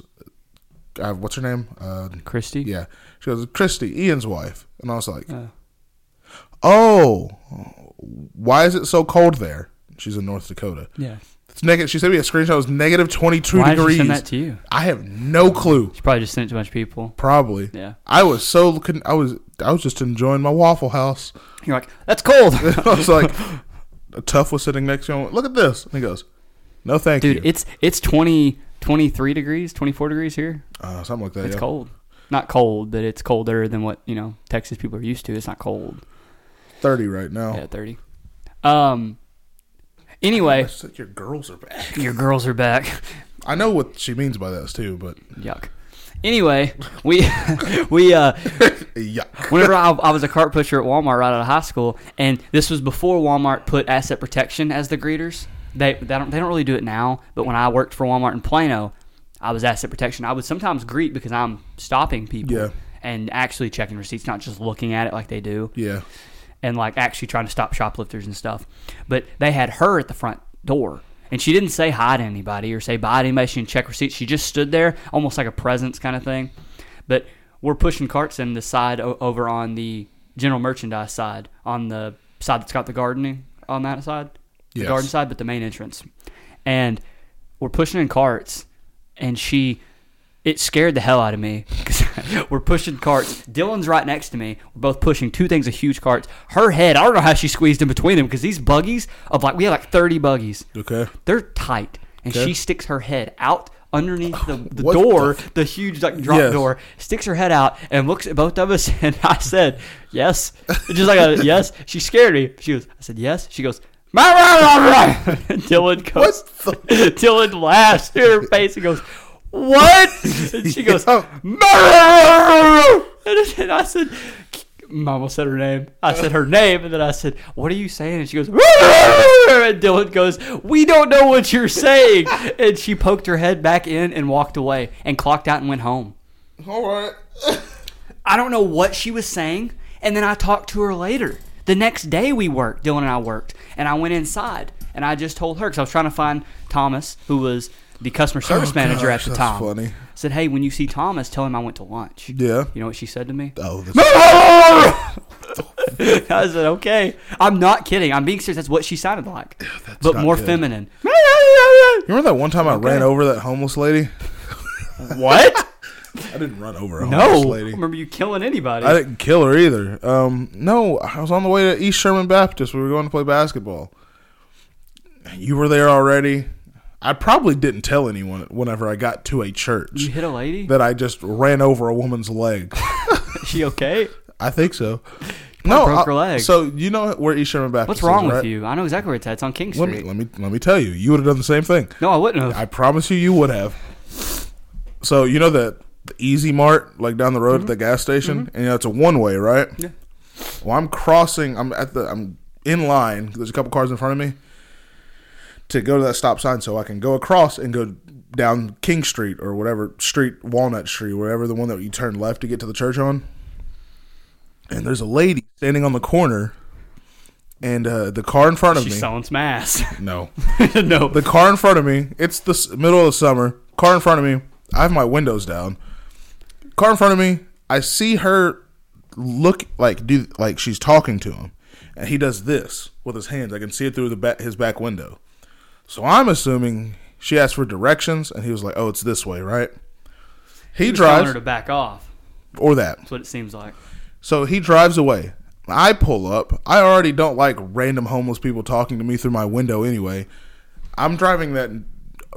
Speaker 2: uh, what's her name uh,
Speaker 1: Christy. Uh,
Speaker 2: yeah she goes christy ian's wife and i was like oh why is it so cold there she's in north dakota
Speaker 1: Yeah.
Speaker 2: it's negative she sent me a screenshot it was negative 22
Speaker 1: Why did
Speaker 2: degrees
Speaker 1: she send that to you?
Speaker 2: i have no clue
Speaker 1: She probably just sent it to a bunch of people.
Speaker 2: probably
Speaker 1: Yeah.
Speaker 2: i was so couldn't- i was i was just enjoying my waffle house [LAUGHS]
Speaker 1: You're like, that's cold,
Speaker 2: i was like [LAUGHS] Tuff was sitting next to him. Look at this. And he goes, "No, thank you."
Speaker 1: dude. It's it's 20, 23 degrees, twenty four degrees here.
Speaker 2: Uh, something like that.
Speaker 1: It's
Speaker 2: yeah.
Speaker 1: cold. Not cold, but it's colder than what you know Texas people are used to. It's not cold.
Speaker 2: Thirty right now.
Speaker 1: Yeah, thirty. Um.
Speaker 2: [LAUGHS]
Speaker 1: Anyway,
Speaker 2: It's like your girls are back.
Speaker 1: your girls are back.
Speaker 2: I know what she means by this too, but
Speaker 1: Yuck. Anyway, we [LAUGHS] we uh
Speaker 2: yeah.
Speaker 1: Whenever I, I was a cart pusher at Walmart right out of high school, and this was before Walmart put asset protection as the greeters. They they don't they don't really do it now, but when I worked for Walmart in Plano, I was asset protection. I would sometimes greet because I'm stopping people
Speaker 2: Yeah.
Speaker 1: and actually checking receipts, not just looking at it like they do,
Speaker 2: Yeah.
Speaker 1: and like actually trying to stop shoplifters and stuff. But they had her at the front door. And she didn't say hi to anybody or say bye to anybody. She didn't check receipts. She just stood there, almost like a presence kind of thing. But we're pushing carts in the side o- over on the general merchandise side, on the side that's got the gardening on that side, the
Speaker 2: Yes.
Speaker 1: garden side, but the main entrance. And we're pushing in carts, and she, it scared the hell out of me because [LAUGHS] we're pushing carts. Dylan's right next to me. We're both pushing two things of huge carts. Her head, I don't know how she squeezed in between them because these buggies of like we had like thirty buggies.
Speaker 2: Okay.
Speaker 1: They're tight, and
Speaker 2: Okay.
Speaker 1: she sticks her head out underneath
Speaker 2: [SIGHS]
Speaker 1: the, the
Speaker 2: What
Speaker 1: door,
Speaker 2: the
Speaker 1: the, huge like drop
Speaker 2: Yes.
Speaker 1: door. Sticks her head out and looks at both of us, [LAUGHS] and I said,
Speaker 2: [LAUGHS]
Speaker 1: "Yes," just like a yes. She scared me. She goes, "I said yes." She goes. "Rah, rah, rah, rah." [LAUGHS] Dylan [LAUGHS] goes.
Speaker 2: What
Speaker 1: Dylan laughs in her face and goes,
Speaker 2: [LAUGHS]
Speaker 1: "What?" And she goes,
Speaker 2: Yeah.
Speaker 1: "Murder!" And I said, I almost said her name. I said her name, and then I said, "What are you saying?" And she goes, "Murder!" and Dylan goes, "We don't know what
Speaker 2: [LAUGHS]
Speaker 1: you're saying." And she poked her head back in and walked away and clocked out and went home.
Speaker 2: All right.
Speaker 1: I don't know what she was saying. And then I talked to her later. The next day we worked, Dylan and I worked, and I went inside and I just told her because I was trying to find Thomas, who was the customer service
Speaker 2: Oh,
Speaker 1: manager
Speaker 2: gosh,
Speaker 1: at the
Speaker 2: that's
Speaker 1: time.
Speaker 2: funny.
Speaker 1: Said, hey, when you see Thomas, tell him I went to lunch.
Speaker 2: Yeah.
Speaker 1: You know what she said to me?
Speaker 2: Oh, this
Speaker 1: [LAUGHS] I said, okay. I'm not kidding. I'm being serious. That's what she sounded like, but
Speaker 2: not
Speaker 1: more
Speaker 2: good. [LAUGHS]
Speaker 1: feminine.
Speaker 2: You remember that one time I ran over that homeless lady?
Speaker 1: what?
Speaker 2: I didn't run over a
Speaker 1: No.
Speaker 2: homeless
Speaker 1: I
Speaker 2: lady.
Speaker 1: don't remember you killing anybody.
Speaker 2: I didn't kill her either. Um, no, I was on the way to East Sherman Baptist. We were going to play basketball. You were there already. I probably didn't tell anyone whenever I got to a church
Speaker 1: you hit a lady?
Speaker 2: [LAUGHS] that I just ran over a woman's leg.
Speaker 1: Is she okay?
Speaker 2: I
Speaker 1: [LAUGHS]
Speaker 2: think so. No,
Speaker 1: broke
Speaker 2: I-
Speaker 1: her leg.
Speaker 2: So you know where East Sherman Baptist?
Speaker 1: What's wrong
Speaker 2: is,
Speaker 1: with
Speaker 2: right?
Speaker 1: you? I know exactly where it's at. It's on King
Speaker 2: Let
Speaker 1: Street.
Speaker 2: me let me let me tell you. You would have done the same thing.
Speaker 1: no, I wouldn't have.
Speaker 2: I promise you, you would have. So you know that the Easy Mart, like down the road at the gas station, and you know, it's a one way, right? Yeah. Well, I'm crossing. I'm at the. I'm in line. There's a couple cars in front of me to go to that stop sign, so I can go across and go down King Street or whatever street, Walnut Street, whatever the one that you turn left to get to the church on. And there's a lady standing on the corner, and uh, the car in front of
Speaker 1: She's
Speaker 2: me.
Speaker 1: selling some
Speaker 2: [LAUGHS]
Speaker 1: ass. [LAUGHS]
Speaker 2: no,
Speaker 1: no.
Speaker 2: the car in front of me. It's the s- middle of the summer. Car in front of me. I have my windows down. Car in front of me. I see her look like do like she's talking to him, and he does this with his hands. I can see it through the back, his back window. So I'm assuming she asked for directions, and he was like, "Oh, it's this way, right?" He,
Speaker 1: was telling her
Speaker 2: drives
Speaker 1: to back off.
Speaker 2: or that.
Speaker 1: That's what it seems like.
Speaker 2: So he drives away. I pull up. I already don't like random homeless people talking to me through my window anyway. I'm driving that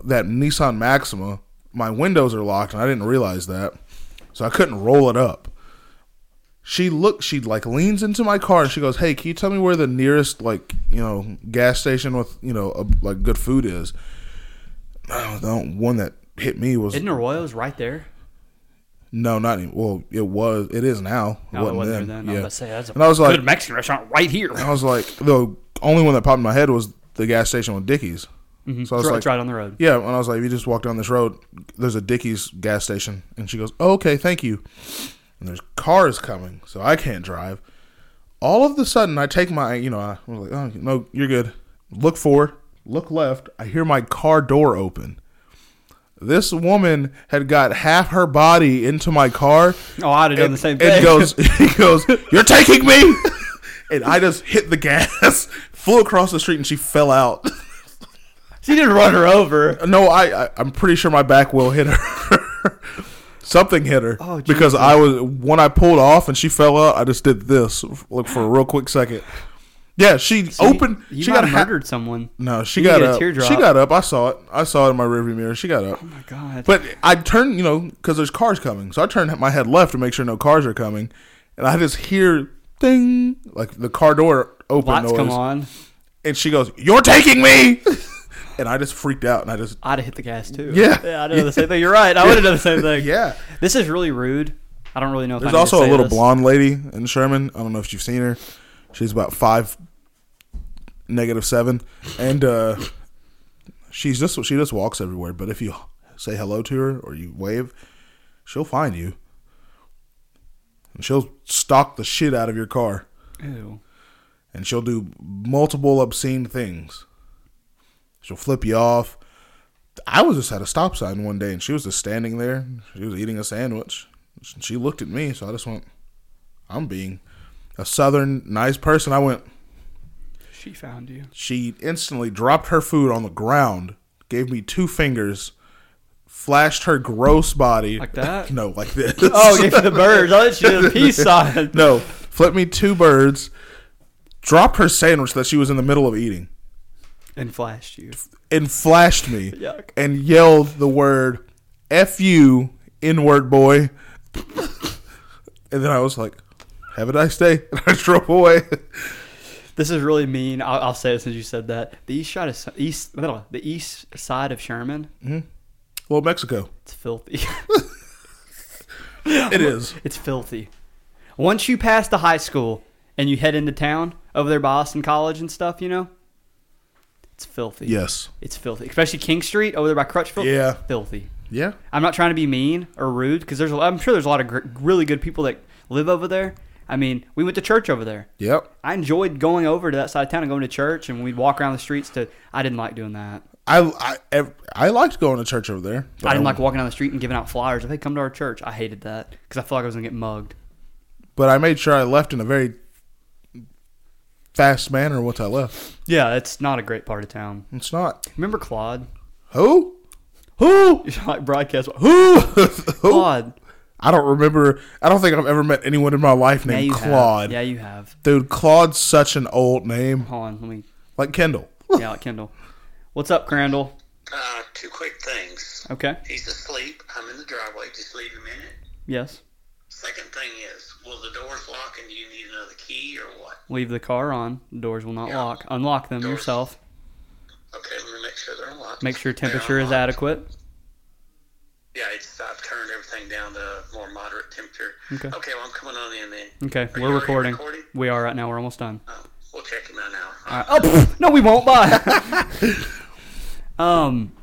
Speaker 2: that Nissan Maxima. My windows are locked and I didn't realize that. So I couldn't roll it up. She look she like leans into my car and she goes, "Hey, can you tell me where the nearest like, you know, gas station with, you know, a, like good food is?" Oh, the one that hit me was
Speaker 1: Isn't Arroyo's right there?
Speaker 2: no, not any, well, it was it is now.
Speaker 1: No, it wasn't there then. I was about to say, that's a
Speaker 2: and I was like,
Speaker 1: good Mexican restaurant right here.
Speaker 2: I was like, the only one that popped in my head was the gas station with Dickies. So I was
Speaker 1: It's right,
Speaker 2: like,
Speaker 1: it's right Mm-hmm. on the road.
Speaker 2: yeah, and I was like, if you just walk down this road, there's a Dickies gas station. And she goes, oh, okay, thank you. And there's cars coming, so I can't drive. All of the sudden, I take my, you know, I was like, oh, no, you're good. Look forward, look left. I hear my car door open. This woman had got half her body into my car.
Speaker 1: Oh, I'd have done the same thing.
Speaker 2: And goes, he goes, "You're taking me!" And I just hit the gas, [LAUGHS] flew across the street, and she fell out.
Speaker 1: [LAUGHS]
Speaker 2: [LAUGHS]
Speaker 1: she didn't run her over.
Speaker 2: No, I, I I'm pretty sure my back wheel hit her. [LAUGHS] Something hit her
Speaker 1: Oh,
Speaker 2: because I was when I pulled off and she fell out. I just did this look for a real quick second. Yeah, she opened.
Speaker 1: You
Speaker 2: she
Speaker 1: might
Speaker 2: got
Speaker 1: have
Speaker 2: ha-
Speaker 1: murdered someone.
Speaker 2: No, she
Speaker 1: You
Speaker 2: got
Speaker 1: get a
Speaker 2: up.
Speaker 1: teardrop.
Speaker 2: She got up. I saw it. I saw it in my rearview mirror. She got up.
Speaker 1: Oh my God.
Speaker 2: But I turn, you know, because there's cars coming. So I turn my head left to make sure no cars are coming. And I just hear ding, like the car door open
Speaker 1: lights
Speaker 2: noise.
Speaker 1: come on.
Speaker 2: And she goes, You're taking me. [LAUGHS] and I just freaked out. And I just,
Speaker 1: I'd have hit the gas too.
Speaker 2: Yeah.
Speaker 1: Yeah, I'd have done the same thing. You're right. I would have done the same thing.
Speaker 2: [LAUGHS] yeah.
Speaker 1: This is really rude. I don't really know if
Speaker 2: There's
Speaker 1: I need
Speaker 2: also
Speaker 1: to
Speaker 2: a
Speaker 1: say
Speaker 2: little
Speaker 1: this.
Speaker 2: blonde lady in Sherman. I don't know if you've seen her. She's about five, negative seven. And uh, she's just, she just walks everywhere. But if you say hello to her or you wave, she'll find you. And she'll stalk the shit out of your car.
Speaker 1: Ew.
Speaker 2: and she'll do multiple obscene things. She'll flip you off. I was just at a stop sign one day, and she was just standing there. She was eating a sandwich. She looked at me, so I just went, "I'm being a southern nice person." I went.
Speaker 1: She found
Speaker 2: [LAUGHS]
Speaker 1: you.
Speaker 2: She instantly dropped her food on the ground, gave me two fingers, flashed her gross body
Speaker 1: Like that?
Speaker 2: [LAUGHS] no, like this.
Speaker 1: Oh, gave you the birds. I thought she did a
Speaker 2: [LAUGHS]
Speaker 1: peace sign.
Speaker 2: No, [LAUGHS] flipped me two birds, dropped her sandwich that she was in the middle of eating.
Speaker 1: And flashed you.
Speaker 2: and flashed
Speaker 1: [LAUGHS]
Speaker 2: me
Speaker 1: Yuck.
Speaker 2: and yelled the word F you N word boy. and then I was like, Have a nice day. [LAUGHS] And I drove away.
Speaker 1: This is really mean. I'll, I'll say it since you said that. The east side of east, the east side of Sherman.
Speaker 2: Well, Mexico.
Speaker 1: It's filthy. [LAUGHS]
Speaker 2: It is.
Speaker 1: it's filthy. Once you pass the high school and you head into town over there by Austin College and stuff, you know, it's filthy.
Speaker 2: Yes.
Speaker 1: It's filthy, especially King Street over there by Crutchfield.
Speaker 2: Yeah.
Speaker 1: filthy.
Speaker 2: Yeah.
Speaker 1: I'm not trying to be mean or rude because there's a, I'm sure there's a lot of gr- really good people that live over there. I mean, we went to church over there.
Speaker 2: Yep.
Speaker 1: I enjoyed going over to that side of town and going to church, and we'd walk around the streets. To I didn't like doing that.
Speaker 2: I I ev- I liked going to church over there. but
Speaker 1: I didn't like walking down the street and giving out flyers of "Hey, come to our church." I hated that because I felt like I was gonna get mugged.
Speaker 2: But I made sure I left in a very fast manner once I left.
Speaker 1: Yeah, it's not a great part of town.
Speaker 2: It's not
Speaker 1: Remember Claude? [LAUGHS]
Speaker 2: who who
Speaker 1: Like broadcast.
Speaker 2: who [LAUGHS] who.
Speaker 1: Claude.
Speaker 2: I don't remember. I don't think I've ever met anyone in my life
Speaker 1: Yeah,
Speaker 2: named
Speaker 1: you
Speaker 2: Claude.
Speaker 1: Have. Yeah, you have.
Speaker 2: Dude, Claude's such an old name,
Speaker 1: Hold on, let me. [LAUGHS]
Speaker 2: like Kendall.
Speaker 1: Yeah, like Kendall. What's up, Crandall?
Speaker 6: Uh, two quick things.
Speaker 1: Okay.
Speaker 6: He's asleep. I'm in the driveway. Just leave him in it.
Speaker 1: Yes.
Speaker 6: Second thing is, will the doors lock and do you need another key or what?
Speaker 1: Leave the car on. Doors will not
Speaker 6: Yeah.
Speaker 1: lock. Unlock them
Speaker 6: Doors.
Speaker 1: yourself.
Speaker 6: Okay, let me make sure they're unlocked.
Speaker 1: Make sure
Speaker 6: They're
Speaker 1: temperature is
Speaker 6: unlocked.
Speaker 1: adequate.
Speaker 6: Yeah, it's, I've turned everything down to more moderate temperature.
Speaker 1: Okay.
Speaker 6: Okay, well, I'm coming on in then.
Speaker 1: Okay,
Speaker 6: Are you
Speaker 1: we're
Speaker 6: already
Speaker 1: recording.
Speaker 6: recording?
Speaker 1: We are right now. We're almost done.
Speaker 6: Oh, we'll check him out now.
Speaker 1: All right. Oh, pff, no, we won't. Bye. [LAUGHS] um,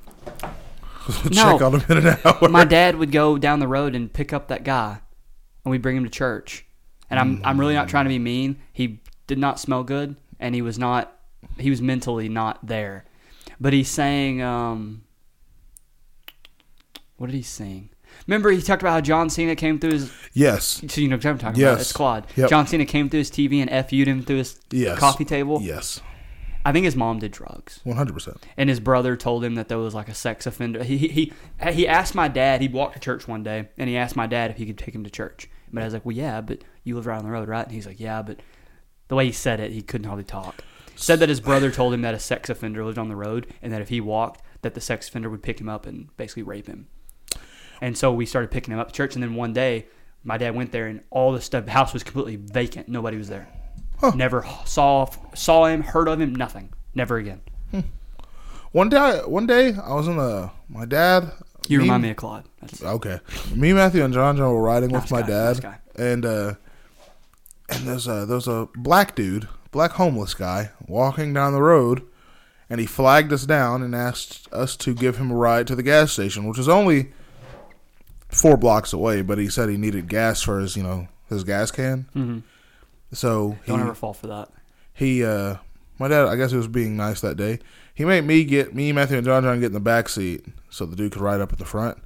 Speaker 1: No.
Speaker 2: We'll [LAUGHS] check on him
Speaker 1: [LAUGHS]
Speaker 2: in an hour.
Speaker 1: my dad would go down the road and pick up that guy, and we'd bring him to church. And I'm I'm really not trying to be mean. He did not smell good, and he was not he was mentally not there. But he sang. Um, what did he sing? Remember, he talked about how John Cena came through his [LAUGHS]
Speaker 2: yes,
Speaker 1: So you know what I'm talking
Speaker 2: Yes.
Speaker 1: about. It's Claude.
Speaker 2: Yep.
Speaker 1: John Cena came through his TV and FU'd him through his
Speaker 2: yes.
Speaker 1: coffee table.
Speaker 2: Yes,
Speaker 1: I think his mom did drugs.
Speaker 2: one hundred percent.
Speaker 1: And his brother told him that there was like a sex offender. He, he, he, he asked my dad, he walked to church one day, and he asked my dad if he could take him to church. But I was like, well, yeah, but you live right on the road, right? And he's like, yeah, but the way he said it, he couldn't hardly talk. Said that his brother told him that a sex offender lived on the road and that if he walked, that the sex offender would pick him up and basically rape him. And so we started picking him up to church. And then one day, my dad went there, and all the stuff, the house was completely vacant. Nobody was there. Never saw saw him, heard of him, nothing. Never again.
Speaker 2: One day, one day, I was in a my dad.
Speaker 1: You remind me of Claude. That's,
Speaker 2: Okay, me, Matthew, and John John were riding with
Speaker 1: Nice
Speaker 2: my
Speaker 1: guy, nice
Speaker 2: dad,
Speaker 1: guy.
Speaker 2: and uh, and there's a there's a black dude, black homeless guy, walking down the road, and he flagged us down and asked us to give him a ride to the gas station, which is only four blocks away. But he said he needed gas for his you know his gas can. Mm-hmm. So he,
Speaker 1: don't ever fall for that.
Speaker 2: he uh my dad I guess he was being nice that day. He made me get me, Matthew and John John get in the back seat so the dude could ride up at the front.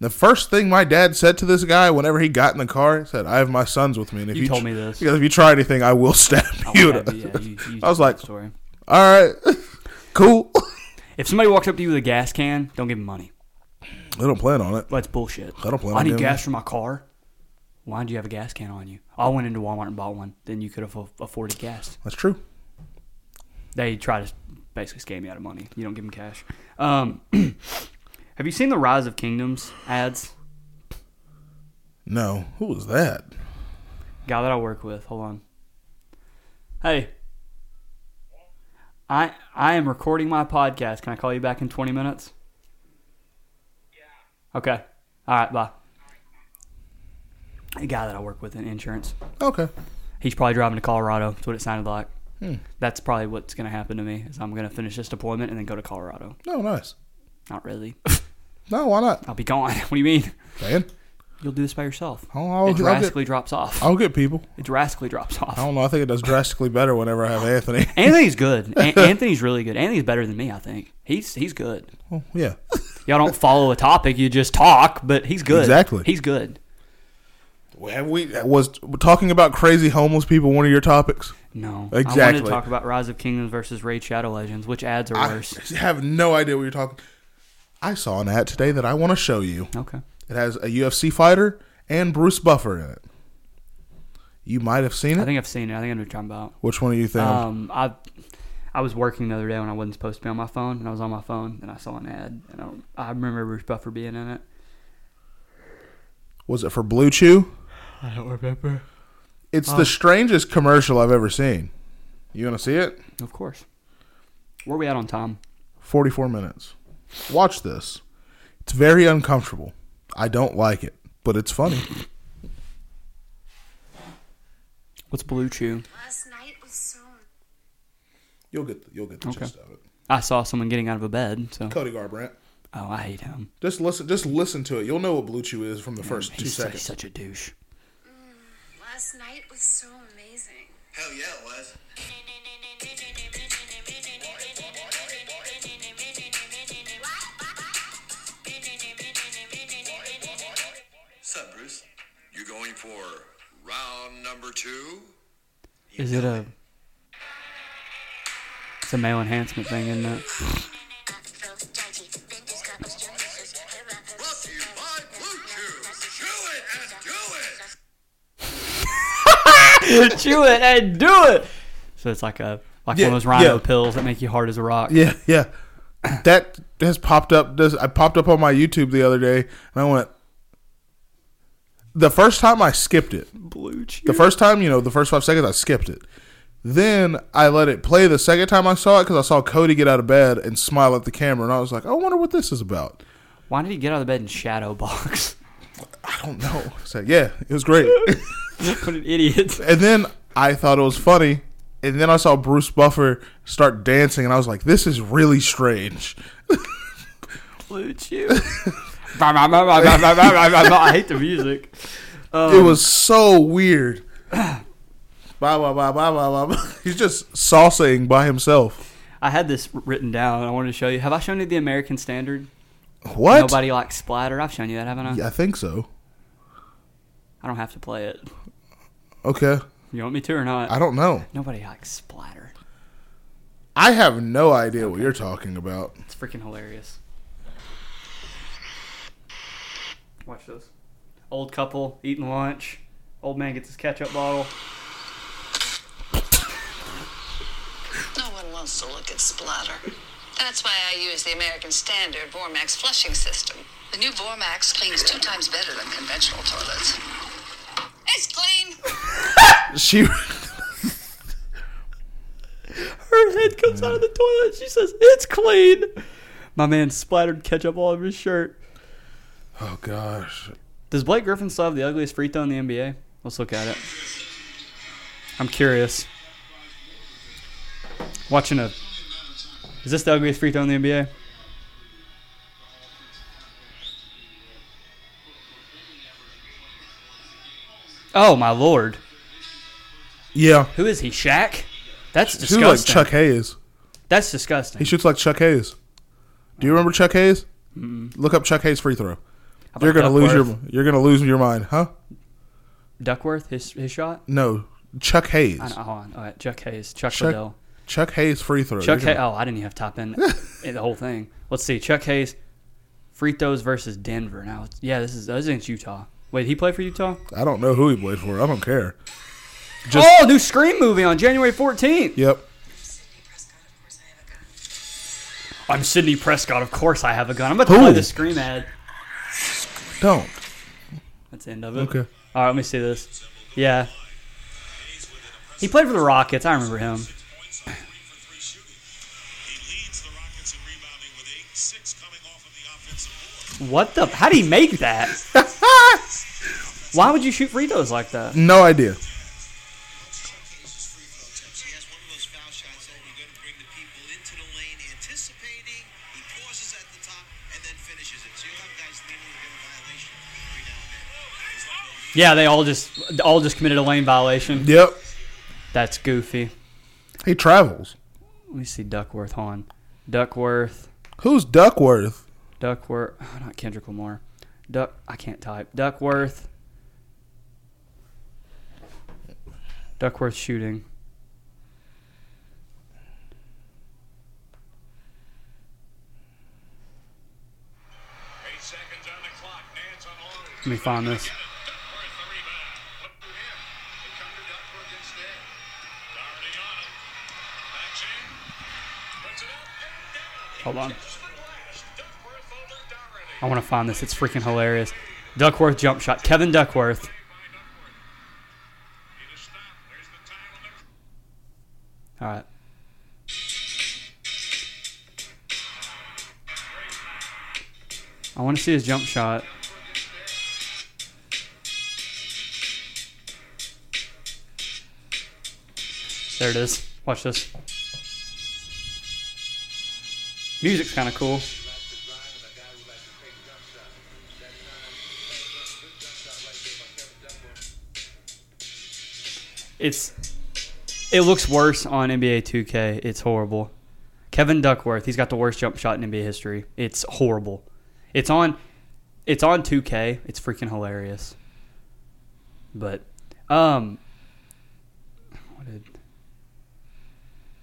Speaker 2: The first thing my dad said to this guy whenever he got in the car, he said, I have my sons with me and if
Speaker 1: You
Speaker 2: you,
Speaker 1: told
Speaker 2: tr-
Speaker 1: me this.
Speaker 2: he goes, if you try anything I will [LAUGHS] stab [LAUGHS] you.
Speaker 1: Yeah,
Speaker 2: [LAUGHS]
Speaker 1: yeah, uh, you- you
Speaker 2: I was
Speaker 1: told
Speaker 2: like
Speaker 1: that story.
Speaker 2: Alright. [LAUGHS] cool. [LAUGHS]
Speaker 1: If somebody walks up to you with a gas can, don't give them money.
Speaker 2: I don't plan on it.
Speaker 1: That's bullshit.
Speaker 2: I don't plan
Speaker 1: I
Speaker 2: on
Speaker 1: need
Speaker 2: doing
Speaker 1: gas for my car. Why do you have a gas can on you? I went into Walmart and bought one. Then you could have aff- afforded gas.
Speaker 2: That's true.
Speaker 1: They try to basically scam you out of money. You don't give them cash. Um, [CLEARS THROAT] have you seen the Rise of Kingdoms ads?
Speaker 2: No. Who was that?
Speaker 1: guy that I work with. Hold on. Hey. I I am recording my podcast. Can I call you back in 20 minutes? Yeah. Okay. All right, bye. A guy that I work with in insurance.
Speaker 2: Okay.
Speaker 1: He's probably driving to Colorado. That's what it sounded like.
Speaker 2: Hmm.
Speaker 1: That's probably what's going to happen to me is I'm going to finish this deployment and then go to Colorado.
Speaker 2: No, nice.
Speaker 1: Not
Speaker 2: [LAUGHS]
Speaker 1: really.
Speaker 2: No, why not?
Speaker 1: I'll be gone. [LAUGHS] What do you mean?
Speaker 2: Man.
Speaker 1: You'll do this by yourself.
Speaker 2: I'll, Oh, I'll,
Speaker 1: it
Speaker 2: I'll, get,
Speaker 1: drastically drops off.
Speaker 2: I'll get people.
Speaker 1: it drastically drops off.
Speaker 2: I don't know. I think it does drastically better whenever I have Anthony.
Speaker 1: [LAUGHS] Anthony's
Speaker 2: [LAUGHS]
Speaker 1: good. An- Anthony's really good. Anthony's better than me, I think. He's he's good.
Speaker 2: Well, Oh, yeah. [LAUGHS]
Speaker 1: Y'all don't follow a topic, you just talk, but he's good.
Speaker 2: Exactly.
Speaker 1: He's good.
Speaker 2: Have we was talking about crazy homeless people one of your topics?
Speaker 1: No. I wanted
Speaker 2: Exactly.
Speaker 1: to talk about Rise of Kingdoms versus Raid Shadow Legends, which ads are
Speaker 2: I
Speaker 1: worse.
Speaker 2: [LAUGHS] have no idea what you're talking. I saw an ad today that I want to show you.
Speaker 1: Okay.
Speaker 2: It has a UFC fighter and Bruce Buffer in it. You might have seen
Speaker 1: I
Speaker 2: it.
Speaker 1: think I've seen it. I think I know what you're talking about.
Speaker 2: Which one do you think?
Speaker 1: Um I I was working the other day when I wasn't supposed to be on my phone, and I was on my phone, and I saw an ad, and I, don't- I remember Bruce Buffer being in it.
Speaker 2: was it for Blue Chew?
Speaker 1: I don't remember. Uh.
Speaker 2: It's the strangest commercial I've ever seen. You want to see it?
Speaker 1: Of course. Where we at on time?
Speaker 2: 44 minutes. Watch this. It's very uncomfortable. I don't like it, but it's funny.
Speaker 1: What's Blue Chew?
Speaker 7: Last night was so
Speaker 2: You'll get the, you'll get the
Speaker 1: Okay.
Speaker 2: gist of it.
Speaker 1: I saw someone getting out of a bed, so
Speaker 2: Cody Garbrandt.
Speaker 1: Oh, I hate him.
Speaker 2: Just listen. Just listen to it. You'll know what Blue Chew is from the first two
Speaker 1: He's such,
Speaker 2: seconds.
Speaker 1: he's such a douche.
Speaker 7: Last night was so amazing.
Speaker 4: Hell yeah, it was.
Speaker 8: What's up, Bruce? You going for round number two?
Speaker 1: Is it a? It's a male enhancement thing, isn't it? [LAUGHS]
Speaker 8: Brought to you by Blue Chew. Chew it and do it.
Speaker 1: Chew it and do it. So it's like a like
Speaker 2: Yeah,
Speaker 1: one of those rhino
Speaker 2: yeah.
Speaker 1: pills that make you hard as a rock.
Speaker 2: Yeah, yeah. That has popped up. This I popped up on my YouTube the other day, and I went. The first time I skipped it.
Speaker 1: Blue chew.
Speaker 2: The first time, you know, the first five seconds, I skipped it. Then I let it play the second time I saw it because I saw Cody get out of bed and smile at the camera, and I was like, I wonder what this is about.
Speaker 1: Why did he get out of bed and shadow box? [LAUGHS]
Speaker 2: I don't know. So yeah, it was [LAUGHS] great.
Speaker 1: what an idiot!
Speaker 2: and then I thought it was funny, and then I saw Bruce Buffer start dancing, and I was like, this is really strange.
Speaker 1: Blue [LAUGHS] chew. I hate the music.
Speaker 2: it was so weird. Blah blah blah blah blah blah. He's just saucing by himself.
Speaker 1: I had this written down. I wanted to show you. Have I shown you the American standard?
Speaker 2: What?
Speaker 1: Nobody likes splatter. I've shown you that, haven't I?
Speaker 2: Yeah, I think so.
Speaker 1: I don't have to play it.
Speaker 2: Okay,
Speaker 1: You want me to or not?
Speaker 2: I don't know.
Speaker 1: Nobody likes splatter.
Speaker 2: I have no idea what you're talking about.
Speaker 1: It's freaking hilarious. Watch this. Old couple eating lunch. Old man gets his ketchup bottle.
Speaker 9: No one wants to look at splatter. That's why I use the American Standard Vormax flushing system. The new Vormax cleans two times better than conventional toilets. It's clean.
Speaker 2: She [LAUGHS]
Speaker 1: Her head comes out of the toilet. She says, It's clean. My man splattered ketchup all over his shirt.
Speaker 2: Oh gosh.
Speaker 1: Does Blake Griffin still have the ugliest free throw in the NBA? Let's look at it. I'm curious. Watching a. Is this the ugliest free throw in the NBA? Oh my lord!
Speaker 2: Yeah.
Speaker 1: Who is he? Shaq? That's
Speaker 2: She looks like
Speaker 1: disgusting.
Speaker 2: Chuck Hayes.
Speaker 1: That's
Speaker 2: He
Speaker 1: disgusting.
Speaker 2: shoots like Chuck Hayes. Do you remember Chuck Hayes? Look up Chuck Hayes free throw. You're gonna lose your you're gonna lose your mind, huh?
Speaker 1: Duckworth. His his shot.
Speaker 2: No, Chuck Hayes.
Speaker 1: I know, hold on. All right, Chuck Hayes. Chuck,
Speaker 2: Chuck-
Speaker 1: Liddell.
Speaker 2: Chuck Hayes free throw.
Speaker 1: Chuck
Speaker 2: You're
Speaker 1: Hayes.
Speaker 2: gonna-
Speaker 1: Oh, I didn't even have top end in the whole thing. Let's see. Chuck Hayes, free throws versus Denver. Now, it's- yeah, this is this is against Utah. Wait, he played for Utah?
Speaker 2: I don't know who he played for. I don't care.
Speaker 1: oh, new Scream movie on January 14th.
Speaker 2: Yep.
Speaker 1: I'm Sidney Prescott. Of course, I have a gun. I'm about to play
Speaker 2: Who?
Speaker 1: the Scream ad.
Speaker 2: Don't.
Speaker 1: That's the end of it.
Speaker 2: Okay.
Speaker 1: All right, let me see this. Yeah. He played for the Rockets. I remember him. What the? How do he make [LAUGHS] that? Why would you shoot free throws like that?
Speaker 2: No idea.
Speaker 4: He has one of those foul shots that you're going to bring the people into the lane anticipating. He pauses at the top and then finishes it. So you'll have guys leaning to get a violation every now and then.
Speaker 1: Yeah, they all just all just committed a lane violation.
Speaker 2: Yep.
Speaker 1: That's goofy.
Speaker 2: He travels.
Speaker 1: Let me see Duckworth on. Duckworth,
Speaker 2: Who's Duckworth?
Speaker 1: Duckworth, [SIGHS] not Kendrick Lamar. Duck, I can't type. Duckworth. Duckworth shooting.
Speaker 8: Eight seconds on the clock. Nance on order.
Speaker 1: Let me find this.
Speaker 8: Duckworth the rebound. What to him? They come to Duckworth instead. Darby on him. Backs in. Puts it up and down.
Speaker 1: Hold on.
Speaker 8: Just for last. Duckworth over Doherty.
Speaker 1: I want to find this. It's freaking hilarious. Duckworth jump shot. Kevin Duckworth.
Speaker 8: By Duckworth. Need a stop. There's the time on the
Speaker 1: All right. I want to see his jump shot. There it is. Watch this. Music's kind of cool.
Speaker 8: drive of a guy
Speaker 1: It's it looks worse on NBA 2K. It's horrible. Kevin Duckworth, he's got the worst jump shot in NBA history. It's horrible. It's on it's on 2K. It's freaking hilarious. But um what did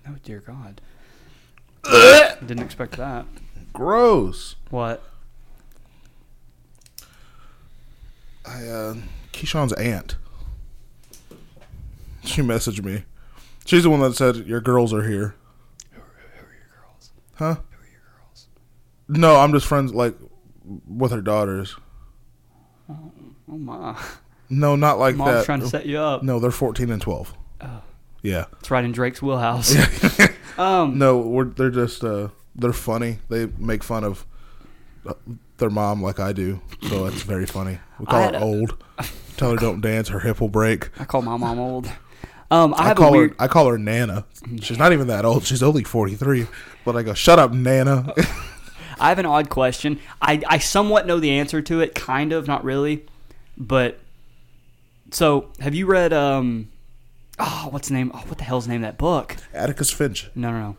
Speaker 1: Oh dear
Speaker 2: [COUGHS]
Speaker 1: god. Didn't expect that.
Speaker 2: Gross.
Speaker 1: What?
Speaker 2: I, uh, Keyshawn's aunt. She messaged me. She's the one that said your girls are here. Who are, your girls? Huh? Who are your girls? No, I'm just friends like with her daughters.
Speaker 1: Oh my.
Speaker 2: No, not like
Speaker 1: Mom's
Speaker 2: that.
Speaker 1: trying to set you up.
Speaker 2: no, they're 14 and 12. Oh. Yeah.
Speaker 1: It's right in Drake's
Speaker 2: [LAUGHS]
Speaker 1: wheelhouse. um
Speaker 2: No, we're, they're just uh, they're funny. They make fun of uh, their mom like I do, so it's very funny. We
Speaker 1: I
Speaker 2: call
Speaker 1: had
Speaker 2: her
Speaker 1: a- [LAUGHS]
Speaker 2: old. Tell her don't dance. Her hip will break.
Speaker 1: I call my mom old. Um I
Speaker 2: I,
Speaker 1: have
Speaker 2: call
Speaker 1: a weird
Speaker 2: her I call her Nana. She's not even that old. She's only forty three. But I go, shut up, Nana. [LAUGHS]
Speaker 1: I have an odd question. I, I somewhat know the answer to it, kind of, not really. But so, have you read um oh, what's the name? Oh, what the hell's the name of that book?
Speaker 2: Atticus Finch
Speaker 1: No, no, no.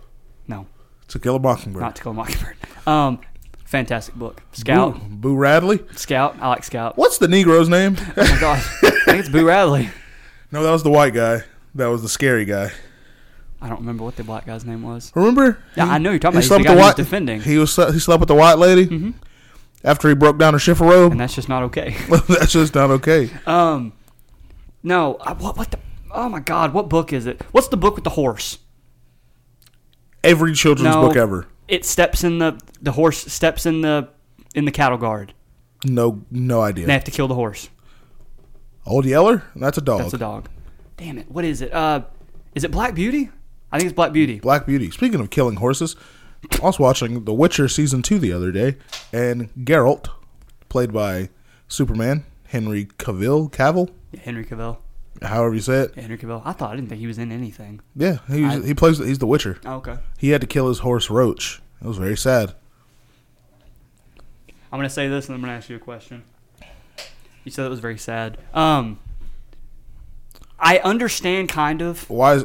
Speaker 1: No,
Speaker 2: to kill a mockingbird.
Speaker 1: not To Kill a Mockingbird. Um fantastic book. Scout.
Speaker 2: Boo, Boo Radley.
Speaker 1: Scout. I like Scout.
Speaker 2: What's the Negro's name? [LAUGHS]
Speaker 1: Oh my god. I think it's Boo Radley.
Speaker 2: no, that was the white guy. That was the scary guy.
Speaker 1: I don't remember what the black guy's name was.
Speaker 2: Remember?
Speaker 1: Yeah, I know you're talking
Speaker 2: He
Speaker 1: about. He's the
Speaker 2: slept
Speaker 1: guy
Speaker 2: with
Speaker 1: who
Speaker 2: the
Speaker 1: was
Speaker 2: white.
Speaker 1: defending. Mm-hmm.
Speaker 2: He was he slept with the white lady. After he broke down her shiffer robe.
Speaker 1: and that's just not okay.
Speaker 2: [LAUGHS] That's just not okay.
Speaker 1: Um, no. I, what? What the? Oh my God! What book is it? What's the book with the horse?
Speaker 2: Every children's
Speaker 1: No.
Speaker 2: book ever.
Speaker 1: It steps in the the horse steps in the in the cattle guard.
Speaker 2: No, no idea.
Speaker 1: They have to kill the horse.
Speaker 2: Old Yeller. That's a dog.
Speaker 1: That's a dog. Damn it! What is it? Uh, is it Black Beauty? I think it's Black Beauty.
Speaker 2: Black Beauty. Speaking of killing horses, I was watching The Witcher season two the other day, and Geralt, played by Superman Henry Cavill, Cavill,
Speaker 1: Yeah, Henry Cavill.
Speaker 2: however you say it.
Speaker 1: Yeah, Henry Cavill. I thought I didn't think he was in anything.
Speaker 2: Yeah, he was, he plays. He's the Witcher.
Speaker 1: Oh, okay.
Speaker 2: He had to kill his horse Roach. It was very sad.
Speaker 1: I'm gonna say this, and I'm gonna ask you a question. You said it was very sad. Um, I understand kind of.
Speaker 2: Why is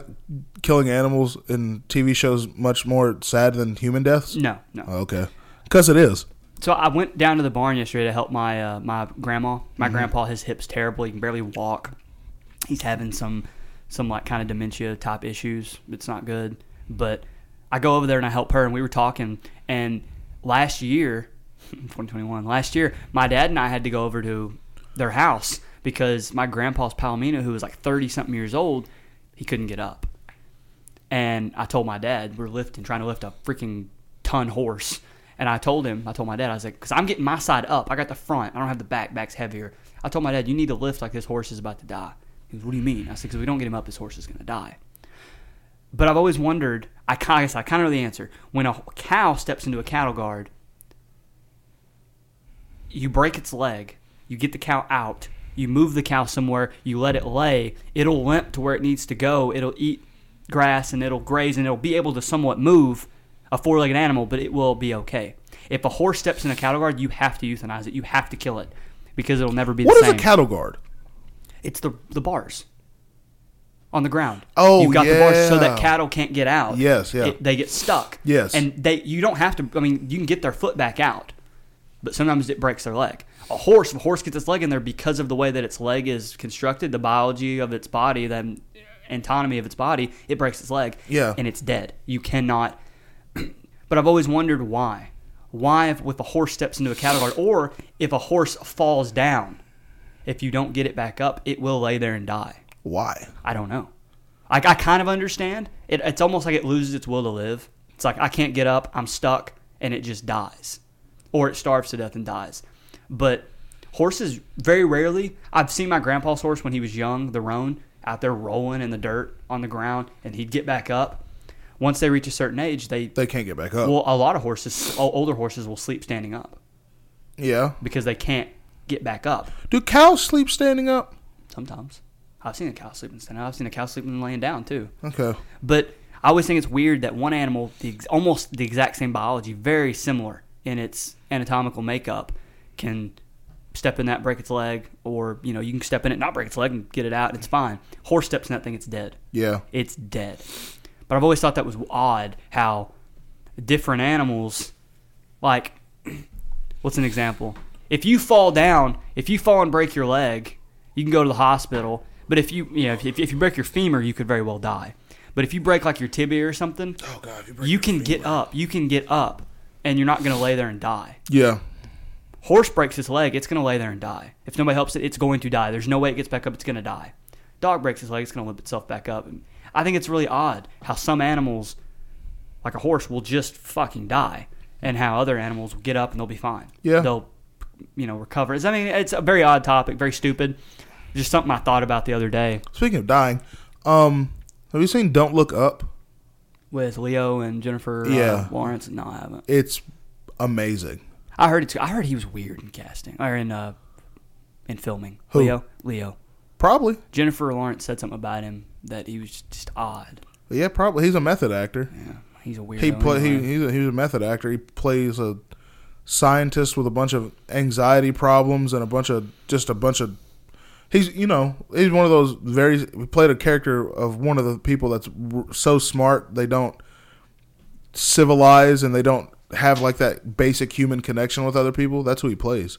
Speaker 2: killing animals in TV shows much more sad than human deaths?
Speaker 1: No, no.
Speaker 2: Okay, because it is.
Speaker 1: So I went down to the barn yesterday to help my uh, my grandma. My grandpa, his hips terrible. He can barely walk. He's having some some like kind of dementia type issues. It's not good. But I go over there and I help her, and we were talking. And last year, [LAUGHS] 2021, last year, my dad and I had to go over to their house because my grandpa's palomino, who was like 30 something years old, he couldn't get up. And I told my dad, we're lifting, trying to lift a freaking ton horse. And I told him, I told my dad, I was like, because I'm getting my side up. I got the front. I don't have the back. Back's heavier. I told my dad, you need to lift like this horse is about to die. He goes, what do you mean? I said, because if we don't get him up, this horse is going to die. But I've always wondered, I, ki- I guess I kind of know the answer. When a cow steps into a cattle guard, you break its leg, you get the cow out, you move the cow somewhere, you let it lay, it'll limp to where it needs to go, it'll eat grass and it'll graze and it'll be able to somewhat move a four legged animal, but it will be okay. If a horse steps in a cattle guard, you have to euthanize it. You have to kill it because it'll never be
Speaker 2: What
Speaker 1: the
Speaker 2: is
Speaker 1: same.
Speaker 2: a cattle guard?
Speaker 1: It's the the bars on the ground.
Speaker 2: Oh,
Speaker 1: you've got the bars so
Speaker 2: yeah.
Speaker 1: that cattle can't get out.
Speaker 2: Yes, yeah.
Speaker 1: they get stuck.
Speaker 2: Yes.
Speaker 1: and they you don't have to. I mean, you can get their foot back out, but sometimes it breaks their leg. A horse, if a horse gets its leg in there because of the way that its leg is constructed, the biology of its body, the anatomy of its body, it breaks its leg.
Speaker 2: Yeah.
Speaker 1: and it's dead. You cannot [CLEARS THROAT] but I've always wondered why. Why, if, if a horse steps into a cattle guard, or if a horse falls down, if you don't get it back up, it will lay there and die.
Speaker 2: Why?
Speaker 1: I don't know. I, I kind of understand. It, it's almost like it loses its will to live. It's like I can't get up. I'm stuck, and it just dies, or it starves to death and dies. But horses very rarely. I've seen my grandpa's horse when he was young, the roan, out there rolling in the dirt on the ground, and he'd get back up. Once they reach a certain age, they
Speaker 2: They can't get back up.
Speaker 1: well, a lot of horses, o- older horses, will sleep standing up
Speaker 2: yeah.
Speaker 1: because they can't get back up.
Speaker 2: Do cows sleep standing up?
Speaker 1: Sometimes, I've seen a cow sleeping standing up. I've seen a cow sleeping laying down too.
Speaker 2: Okay.
Speaker 1: But I always think it's weird that one animal, the ex- almost the exact same biology, very similar in its anatomical makeup, can step in that, break its leg, or you know you can step in it, not break its leg, and get it out. It's fine. Horse steps in that thing, it's dead.
Speaker 2: Yeah.
Speaker 1: It's dead. But I've always thought that was odd how different animals, like, [CLEARS THROAT] what's an example? If you fall down, if you fall and break your leg, you can go to the hospital. But if you, you know, if, if you break your femur, you could very well die. But if you break like your tibia or something,
Speaker 2: Oh god, you,
Speaker 1: you can get up. You can get up, and you're not going to lay there and die
Speaker 2: Yeah.
Speaker 1: horse breaks its leg, it's going to lay there and die. If nobody helps it, it's going to die. There's no way it gets back up, it's going to die. Dog breaks its leg, it's going to limp itself back up. And I think it's really odd how some animals, like a horse, will just fucking die, and how other animals will get up and they'll be fine.
Speaker 2: Yeah.
Speaker 1: They'll, you know, recover. It's- I mean, it's a very odd topic, very stupid. Just something I thought about the other day
Speaker 2: Speaking of dying, um, have you seen Don't Look Up?
Speaker 1: with Leo and Jennifer uh,
Speaker 2: Yeah.
Speaker 1: Lawrence. No, I haven't.
Speaker 2: It's amazing.
Speaker 1: I heard it's. I heard he was weird in casting or in uh, in filming.
Speaker 2: Who?
Speaker 1: Leo. Leo.
Speaker 2: Probably.
Speaker 1: Jennifer Lawrence said something about him that he was just odd.
Speaker 2: Yeah, probably. He's a method actor.
Speaker 1: Yeah, he's a weirdo.
Speaker 2: He play he
Speaker 1: anyway.
Speaker 2: he's a, he's a method actor. He plays a scientist with a bunch of anxiety problems and a bunch of just a bunch of he's you know he's one of those very he played a character of one of the people that's r- so smart they don't civilize and they don't have like that basic human connection with other people. That's who he plays.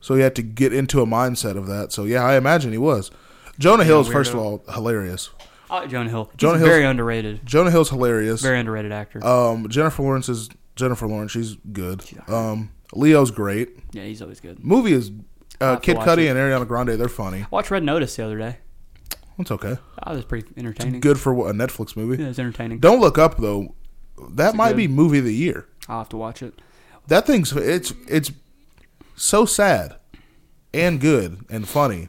Speaker 2: So he had to get into a mindset of that. So yeah, I imagine he was. Jonah Hill's first of all hilarious.
Speaker 1: I like Jonah Hill. He's
Speaker 2: Jonah Hill's-
Speaker 1: very underrated.
Speaker 2: Jonah Hill's hilarious.
Speaker 1: Very underrated actor.
Speaker 2: Um, Jennifer Lawrence is Jennifer Lawrence. She's good. Um, Leo's great.
Speaker 1: yeah, he's always good.
Speaker 2: Movie is uh,
Speaker 1: have to
Speaker 2: Kid
Speaker 1: watch
Speaker 2: Cudi
Speaker 1: it.
Speaker 2: and Ariana Grande. They're funny.
Speaker 1: Watched Red Notice the other day.
Speaker 2: It's okay.
Speaker 1: That was pretty entertaining.
Speaker 2: Good for what, a Netflix movie.
Speaker 1: Yeah, it was entertaining.
Speaker 2: Don't look up though. That might be movie of the year.
Speaker 1: I'll have to watch it.
Speaker 2: That thing's it's it's so sad and good and funny.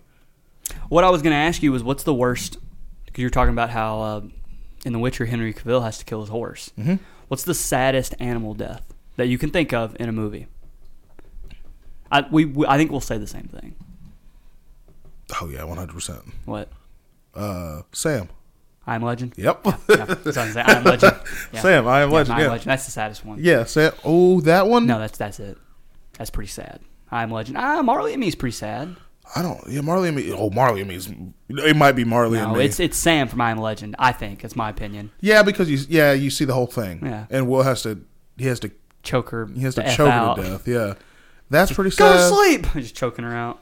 Speaker 1: What I was going to ask you was, what's the worst? Because you're talking about how uh, in The Witcher, Henry Cavill has to kill his horse. Mm-hmm. What's the saddest animal death that you can think of in a movie? I we, we I think we'll say the same thing.
Speaker 2: Oh yeah, one hundred percent.
Speaker 1: What?
Speaker 2: Uh, Sam.
Speaker 1: I'm Legend.
Speaker 2: Yep.
Speaker 1: Yeah,
Speaker 2: [LAUGHS]
Speaker 1: that's what I'm saying. I am Legend. Yeah.
Speaker 2: Sam, I am
Speaker 1: Yeah,
Speaker 2: legend.
Speaker 1: I am
Speaker 2: Yeah.
Speaker 1: Legend. That's the saddest one.
Speaker 2: yeah, Sam. Oh, that one.
Speaker 1: No, that's that's it. That's pretty sad. I am Legend. Ah, Marley and Me is pretty sad.
Speaker 2: I don't. Yeah, Marley and me. Oh, Marley and me. Is, it might be Marley and
Speaker 1: No,
Speaker 2: me.
Speaker 1: it's it's Sam from I Am Legend. I think that's my opinion.
Speaker 2: Yeah, because you yeah you see the whole thing.
Speaker 1: Yeah.
Speaker 2: and Will has to he has to
Speaker 1: Choker.
Speaker 2: he has to
Speaker 1: the F
Speaker 2: choke her
Speaker 1: out.
Speaker 2: to death. Uh, Yeah, that's pretty
Speaker 1: Go
Speaker 2: sad.
Speaker 1: to sleep. [LAUGHS] Just choking her out.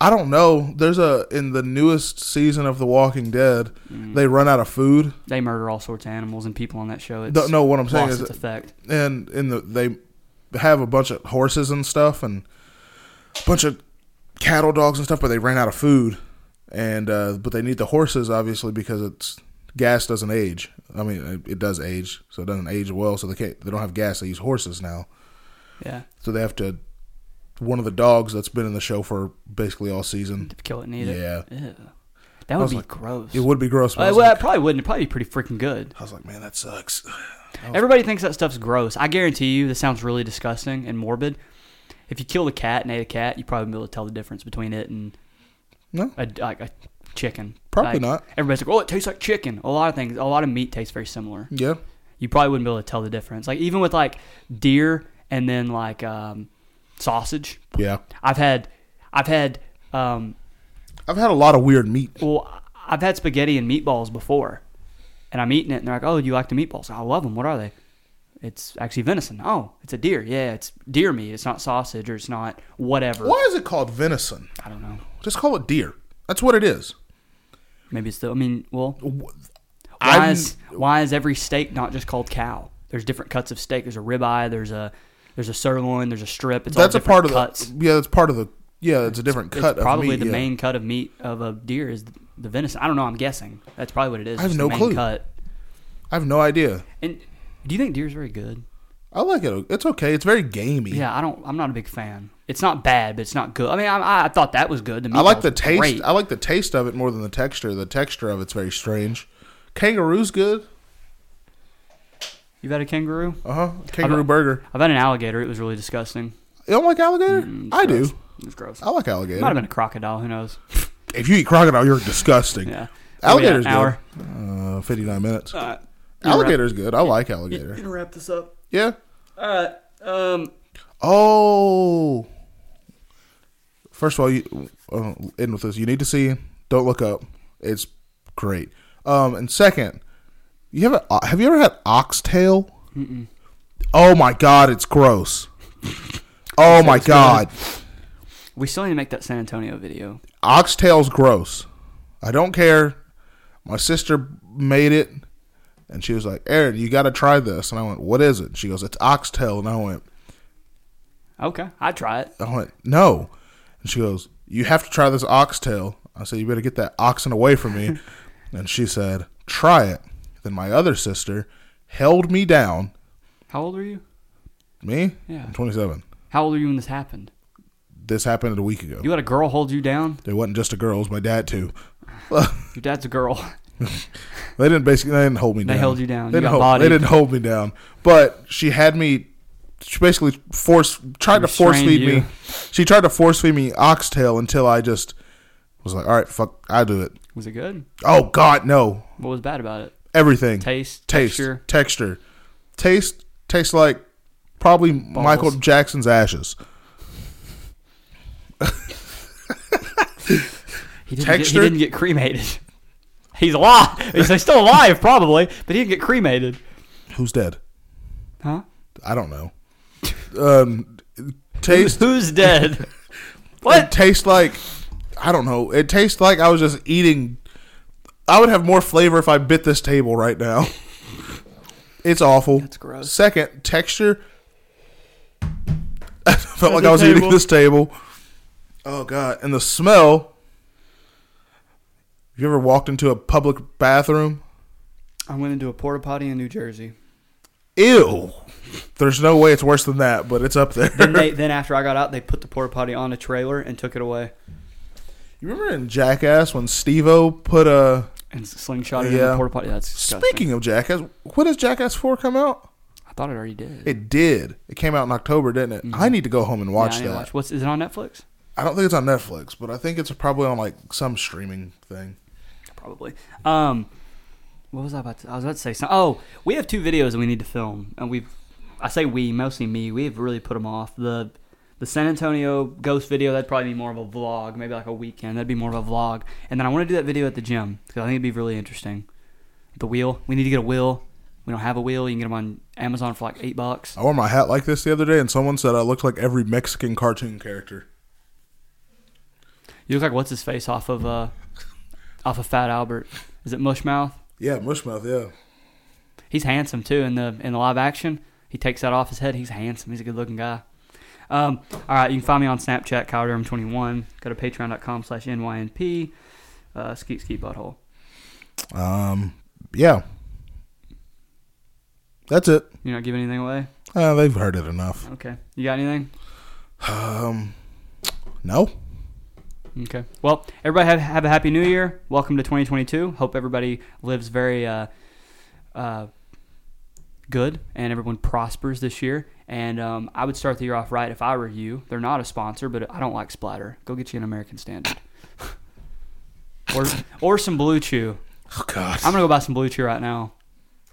Speaker 2: I don't know. There's a in the newest season of The Walking Dead,
Speaker 1: Mm.
Speaker 2: they run out of food,
Speaker 1: They murder all sorts of animals and people on that show. It's
Speaker 2: Don't know what I'm saying
Speaker 1: lost
Speaker 2: is
Speaker 1: its
Speaker 2: that-
Speaker 1: effect.
Speaker 2: and in the they have a bunch of horses and stuff and a bunch of cattle dogs and stuff, but they ran out of food, and uh, but they need the horses obviously because it's gas doesn't age. I mean, it- it does age, so it doesn't age well. So they can't they don't have gas. They use horses now.
Speaker 1: Yeah,
Speaker 2: So they have to one of the dogs that's been in the show for basically all season.
Speaker 1: to kill it and eat it.
Speaker 2: Yeah.
Speaker 1: Ew. That would
Speaker 2: was
Speaker 1: be
Speaker 2: like-
Speaker 1: gross.
Speaker 2: It would be gross. But I,
Speaker 1: Uh,
Speaker 2: was
Speaker 1: well, it
Speaker 2: like,
Speaker 1: probably wouldn't. It'd probably be pretty freaking good.
Speaker 2: I was like, man, that sucks. [SIGHS]
Speaker 1: Everybody thinks that stuff's gross. I guarantee you, this sounds really disgusting and morbid. If you killed a cat and ate a cat, you probably be able to tell the difference between it and
Speaker 2: No,
Speaker 1: a, like a chicken.
Speaker 2: Probably
Speaker 1: Like,
Speaker 2: not.
Speaker 1: Everybody's like, "Oh, it tastes like chicken." A lot of things, a lot of meat tastes very similar.
Speaker 2: yeah,
Speaker 1: You probably wouldn't be able to tell the difference. Like even with like deer and then like um, sausage.
Speaker 2: yeah.
Speaker 1: I've had, I've had, um,
Speaker 2: I've had a lot of weird meat.
Speaker 1: well, I've had spaghetti and meatballs before, and I'm eating it, and they're like, "Oh, you like the meatballs? I love them. What are they?" It's actually venison. Oh, it's a deer. Yeah, it's deer meat. It's not sausage or it's not whatever.
Speaker 2: Why is it called venison?
Speaker 1: I don't know.
Speaker 2: Just call it deer. That's what it is.
Speaker 1: Maybe it's the. I mean, well, Why
Speaker 2: I'm-
Speaker 1: is, why is every steak not just called cow? There's different cuts of steak. There's a ribeye. There's a there's a sirloin. There's a strip. It's
Speaker 2: That's
Speaker 1: all
Speaker 2: a part of
Speaker 1: cuts.
Speaker 2: the. Yeah, that's part of the. Yeah, it's a different
Speaker 1: It's
Speaker 2: cut.
Speaker 1: probably
Speaker 2: of meat,
Speaker 1: the
Speaker 2: yeah.
Speaker 1: main cut of meat of a deer is the venison. I don't know. I'm guessing that's probably what it is.
Speaker 2: I have
Speaker 1: just
Speaker 2: no
Speaker 1: the main
Speaker 2: clue.
Speaker 1: Cut.
Speaker 2: I have no idea.
Speaker 1: And do you think deer's very good?
Speaker 2: I like it. It's okay. It's very gamey.
Speaker 1: Yeah, I don't. I'm not a big fan. It's not bad, but it's not good. I mean, I, I thought that was good. The
Speaker 2: I like
Speaker 1: meatball's
Speaker 2: the taste.
Speaker 1: great.
Speaker 2: I like the taste of it more than the texture. The texture of it's very strange. Kangaroo's good.
Speaker 1: You've had a kangaroo?
Speaker 2: Uh huh. Kangaroo burger.
Speaker 1: I've had an alligator. It was really disgusting.
Speaker 2: You don't like alligator?
Speaker 1: It's
Speaker 2: I
Speaker 1: Mm, gross.
Speaker 2: do.
Speaker 1: It was gross.
Speaker 2: I like alligator.
Speaker 1: Might have been a crocodile. Who knows?
Speaker 2: If you eat crocodile, you're disgusting.
Speaker 1: Yeah.
Speaker 2: Alligator's
Speaker 1: An hour.
Speaker 2: good. Uh, 59 minutes.
Speaker 1: right.
Speaker 2: Alligator's good. I like alligator.
Speaker 1: Gonna wrap this up.
Speaker 2: Yeah.
Speaker 1: All right. Um.
Speaker 2: Oh. First of all, you uh, end with this. You need to see. Don't look up. It's great. Um, and second, you have a, uh, have you ever had oxtail? Oh my god,
Speaker 1: [LAUGHS]
Speaker 2: it's gross. Oh my god,
Speaker 1: We still need to make that San Antonio video.
Speaker 2: oxtail's gross. I don't care. My sister made it, and she was like, "Aaron, you got to try this." And I went, "What is it?" She goes, "It's oxtail." And I went,
Speaker 1: Okay, I try it.
Speaker 2: I went, no. And she goes, you have to try this oxtail. I said, you better get that oxen away
Speaker 1: [LAUGHS]
Speaker 2: from me. and she said, try it. Then my other sister held me down.
Speaker 1: How old are you?
Speaker 2: Me?
Speaker 1: Yeah.
Speaker 2: I'm 27.
Speaker 1: How old are you when this happened?
Speaker 2: This happened a week ago.
Speaker 1: You had a girl hold you down.
Speaker 2: it wasn't just a girl, it was my dad too.
Speaker 1: Your dad's a girl. [LAUGHS]
Speaker 2: They didn't basically they didn't hold me down.
Speaker 1: held you down.
Speaker 2: They,
Speaker 1: You
Speaker 2: didn't
Speaker 1: got
Speaker 2: hold,
Speaker 1: bodied.
Speaker 2: they didn't hold me down. But she had me she basically force tried to force
Speaker 1: Restrained
Speaker 2: feed
Speaker 1: you.
Speaker 2: me. She tried to force feed me oxtail until I just was like, All right, fuck I do it.
Speaker 1: Was it good?
Speaker 2: Oh god, no.
Speaker 1: What was bad about it?
Speaker 2: everything
Speaker 1: Taste,
Speaker 2: taste
Speaker 1: texture.
Speaker 2: texture taste tastes like probably michael jackson's ashes
Speaker 1: He didn't, get, he
Speaker 2: Texture?
Speaker 1: didn't get cremated. [LAUGHS] He's alive. He's still alive, probably, but he didn't get cremated.
Speaker 2: who's dead
Speaker 1: Huh?
Speaker 2: i don't know um taste
Speaker 1: Who's dead?
Speaker 2: it
Speaker 1: what?
Speaker 2: tastes like i don't know it tastes like i was just eating i would have more flavor if i bit this table right now [LAUGHS] it's awful that's
Speaker 1: gross.
Speaker 2: second texture [LAUGHS] I felt like
Speaker 1: the
Speaker 2: i was
Speaker 1: table.
Speaker 2: eating this table oh god and the smell you ever walked into a public bathroom
Speaker 1: [LAUGHS] I went into a porta potty in New Jersey.
Speaker 2: ew there's no way it's worse than that but it's up there
Speaker 1: Then they, then after I got out, they put the porta potty on a trailer and took it away
Speaker 2: [LAUGHS] you remember in jackass when steve-o put a
Speaker 1: and slingshot it in the
Speaker 2: Yeah.
Speaker 1: porta potty. That's disgusting.
Speaker 2: speaking of jackass when does jackass 4 come out
Speaker 1: I thought it already did.
Speaker 2: It did. It came out in October, didn't it? I need to go home and watch
Speaker 1: Mm-hmm. Yeah, I need
Speaker 2: that.
Speaker 1: to watch. What's is it on Netflix?
Speaker 2: I don't think it's on Netflix, but I think it's probably on like some streaming thing.
Speaker 1: Probably. Um, what was I about? To, I was about to say something. Oh, we have two videos that we need to film, and we've. I say we, mostly me. We have really put them off. the The San Antonio ghost video that'd probably be more of a vlog, maybe like a weekend. That'd be more of a vlog, and then I want to do that video at the gym because I think it'd be really interesting. The wheel. We need to get a wheel. We don't have a wheel. You can get them on Amazon for like eight bucks.
Speaker 2: I wore my hat like this the other day, and someone said I looked like every Mexican cartoon character.
Speaker 1: You look like what's his face off of uh, off of Fat Albert. Is it Mushmouth?
Speaker 2: Yeah, Mushmouth. Yeah,
Speaker 1: He's handsome too in the in the live action. He takes that off his head. He's handsome. He's a good looking guy. Um, all right, you can find me on Snapchat, Kyle Durham 21. Go to patreon.com slash NYNP. Uh, skeet, skeet, butthole.
Speaker 2: um, yeah. That's it.
Speaker 1: You're not giving anything away?
Speaker 2: Uh, they've heard it enough.
Speaker 1: Okay. You got anything?
Speaker 2: No,
Speaker 1: Okay. Well, everybody have, have a happy new year. Welcome to 2022. Hope everybody lives very uh, uh, good and everyone prospers this year. And um, I would start the year off right if I were you. They're not a sponsor, but I don't like splatter. Go get you an American Standard. [LAUGHS] or, or some Blue Chew.
Speaker 2: oh, God.
Speaker 1: Oh, I'm going to go buy some Blue Chew right now.